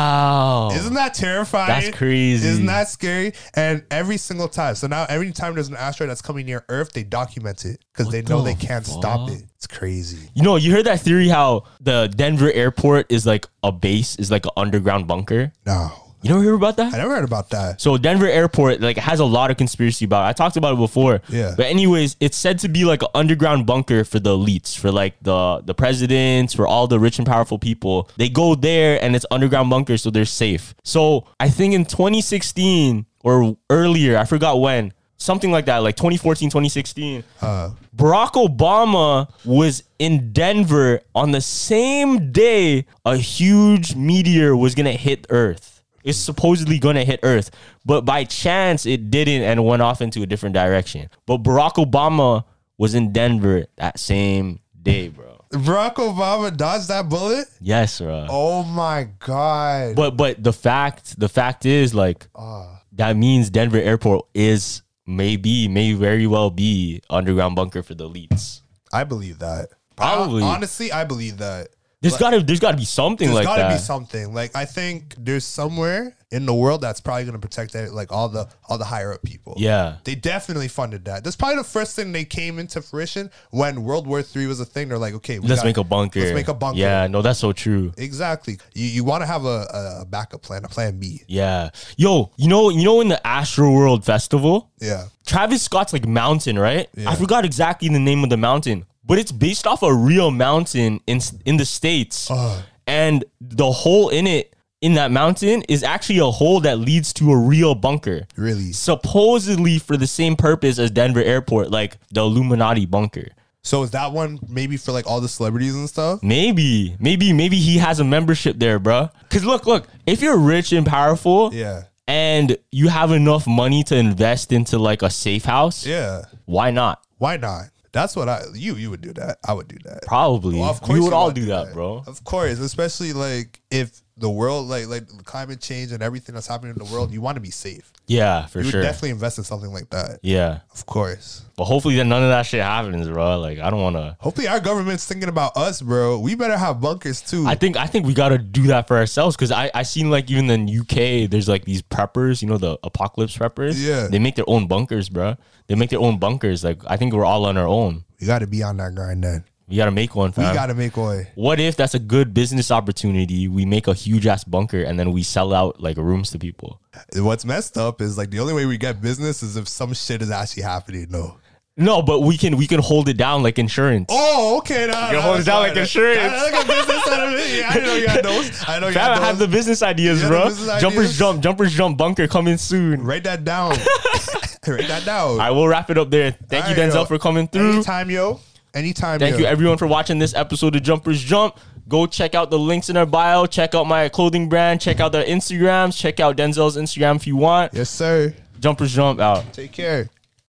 Speaker 3: Wow,
Speaker 4: Isn't that terrifying?
Speaker 3: Oh. That's crazy.
Speaker 4: Isn't that scary? And every single time, so now every time there's an asteroid that's coming near Earth, they document it because they know
Speaker 3: the
Speaker 4: they can't stop
Speaker 3: fuck?
Speaker 4: it. It's crazy.
Speaker 3: you know, you heard that theory how the Denver airport is like a base, is like an underground bunker.
Speaker 4: No,
Speaker 3: You never hear about
Speaker 4: I
Speaker 3: that?
Speaker 4: never heard about that.
Speaker 3: So Denver airport like has a lot of conspiracy about. It. I talked about it before.
Speaker 4: Yeah.
Speaker 3: But anyways, it's said to be like an underground bunker for the elites, for like the the presidents, for all the rich and powerful people. They go there and it's underground bunker, so they're safe. So I think in 2016 or earlier, I forgot when, something like that, like 2014, 2016, Barack Obama was in Denver on the same day a huge meteor was gonna hit Earth. It's supposedly gonna hit Earth, but by chance it didn't and went off into a different direction. But Barack Obama was in Denver that same day, bro.
Speaker 4: Barack Obama dodged that bullet.
Speaker 3: Yes, bro.
Speaker 4: Oh my god!
Speaker 3: But but the fact the fact is like
Speaker 4: Ah.
Speaker 3: that means Denver Airport is maybe may very well be underground bunker for the elites.
Speaker 4: I believe that.
Speaker 3: Probably.
Speaker 4: honestly, I believe that.
Speaker 3: There's gotta there's gotta be something
Speaker 4: There's
Speaker 3: like
Speaker 4: gotta
Speaker 3: that.
Speaker 4: be something. Like I think there's somewhere in the world that's probably gonna protect that, like all the all the higher up people.
Speaker 3: Yeah.
Speaker 4: They definitely funded that. That's probably the first thing they came into fruition when World War Three was a thing. They're like, okay, we
Speaker 3: Let's
Speaker 4: gotta-
Speaker 3: make a bunker.
Speaker 4: Let's make a bunker.
Speaker 3: Yeah, no, that's so true.
Speaker 4: Exactly. You you want to have a, a backup plan, a plan B.
Speaker 3: Yeah. Yo, you know, you know in the Astro World Festival,
Speaker 4: Yeah.
Speaker 3: Travis Scott's like mountain, right? I forgot exactly the name of the mountain, but it's based off a real mountain in in the states,
Speaker 4: Uh.
Speaker 3: and the hole in it in that mountain is actually a hole that leads to a real bunker.
Speaker 4: Really.
Speaker 3: Supposedly for the same purpose as Denver Airport, like the Illuminati bunker.
Speaker 4: So is that one maybe for like all the celebrities and stuff?
Speaker 3: Maybe, maybe, maybe he has a membership there, bruh. Cause look, look, if you're rich and powerful,
Speaker 4: Yeah.
Speaker 3: and you have enough money to invest into like a safe house,
Speaker 4: Yeah.
Speaker 3: why not?
Speaker 4: Why not? That's what I you you would do that. I would do that.
Speaker 3: Probably.
Speaker 4: Well, of course
Speaker 3: we would
Speaker 4: you
Speaker 3: all
Speaker 4: wanna
Speaker 3: do that, bro.
Speaker 4: Of course, especially like if the world like like climate change and everything that's happening in the world, you want to be safe.
Speaker 3: Yeah, for
Speaker 4: You
Speaker 3: sure.
Speaker 4: would definitely invest in something like that.
Speaker 3: yeah.
Speaker 4: Of course.
Speaker 3: But hopefully then none of that shit happens, bro. Like I don't wanna
Speaker 4: Hopefully our government's thinking about us, bro. We better have bunkers too.
Speaker 3: I think I think we gotta do that for ourselves because I, I seen like even in UK there's like these preppers, you know, the apocalypse preppers.
Speaker 4: Yeah.
Speaker 3: They make their own bunkers, bro. They make their own bunkers. Like I think we're all on our own.
Speaker 4: we got to be on that grind then.
Speaker 3: We gotta make one,
Speaker 4: We
Speaker 3: fam.
Speaker 4: got to make way.
Speaker 3: what if that's a good business opportunity? We make a huge ass bunker and then we sell out like rooms to people.
Speaker 4: What's messed up is like the only way we get business is if some shit is actually happening. No.
Speaker 3: No, but we can we can hold it down like insurance.
Speaker 4: Oh, okay. Nah,
Speaker 3: You
Speaker 4: nah,
Speaker 3: hold it down
Speaker 4: nah,
Speaker 3: like
Speaker 4: nah.
Speaker 3: insurance.
Speaker 4: Nah, nah, like a business out of it. Yeah, I know you got those. I know you
Speaker 3: Fam,
Speaker 4: got
Speaker 3: I
Speaker 4: those.
Speaker 3: have the business ideas,
Speaker 4: Yeah, the
Speaker 3: bro.
Speaker 4: business
Speaker 3: Jumpers
Speaker 4: ideas.
Speaker 3: jump, jumpers jump, bunker coming soon.
Speaker 4: Write that down. Write that down.
Speaker 3: I will wrap it up there. Thank you,
Speaker 4: All right,
Speaker 3: Denzel,
Speaker 4: yo.
Speaker 3: for coming through.
Speaker 4: Anytime, yo. Anytime.
Speaker 3: Thank
Speaker 4: yo.
Speaker 3: you, everyone, for watching this episode of Jumpers Jump. Go check out the links in our bio. Check out my clothing brand. Check out their Instagrams. Check out Denzel's Instagram if you want.
Speaker 4: Yes, sir.
Speaker 3: Jumpers Jump out.
Speaker 4: Take care.